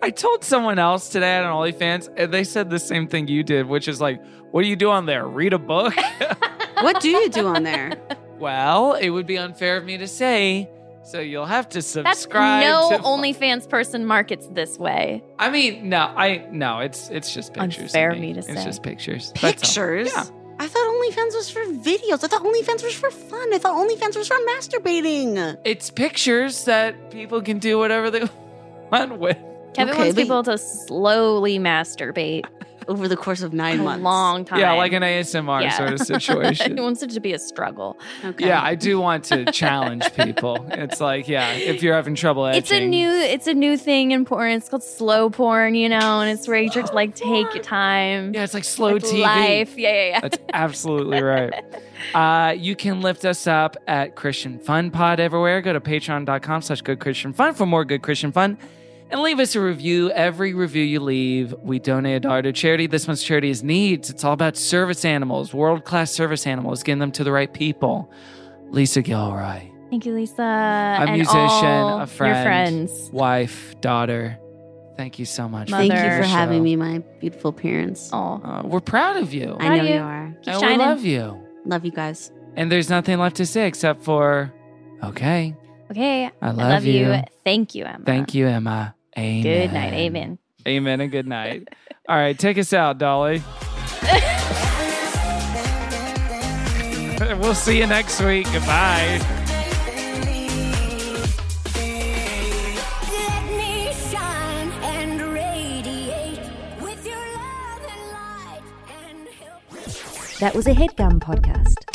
I told someone else today on OnlyFans, and they said the same thing you did, which is like, what do you do on there? Read a book? what do you do on there? well, it would be unfair of me to say, so you'll have to That's subscribe. no to- OnlyFans person markets this way. I mean, no, I no, it's it's just pictures. of Unfair of me to It's say. just pictures. Pictures? I thought OnlyFans was for videos. I thought OnlyFans was for fun. I thought OnlyFans was for masturbating. It's pictures that people can do whatever they want with. Kevin Okay, wants but- people to slowly masturbate over the course of nine a months. long time. Yeah, like an ASMR Yeah. sort of situation. he wants it to be a struggle. Yeah, I do want to challenge people. It's like, yeah, if you're having trouble etching, It's a new it's a new thing in porn. It's called slow porn, you know, and it's where you just like take your time. Yeah, it's like slow TV. Life. Yeah, yeah, yeah. That's absolutely right. Uh, you can lift us up at Christian Fun Pod everywhere. Go to patreon.com slash good Christian fun for more good Christian fun. And leave us a review. Every review you leave, we donate a dollar to charity. This month's charity is Needs. It's all about service animals, world class service animals, getting them to the right people. Lisa Gilroy, Thank you, Lisa. a and musician, all a friend, Your friends. wife, daughter. Thank you so much. Thank you Mother. for having Show. me, my beautiful parents. Oh. Uh, we're proud of you. I know Love you. you. are. Keep and shining. we love you. Love you guys. And there's nothing left to say except for, okay, Okay. I love you. you. Thank you, Emma. thank you, Emma. Amen. Good night. Amen. Amen and good night. All right, take us out, Dolly. we'll see you next week. Goodbye. Let me shine and radiate with your love and light and help me. That was a headgum podcast.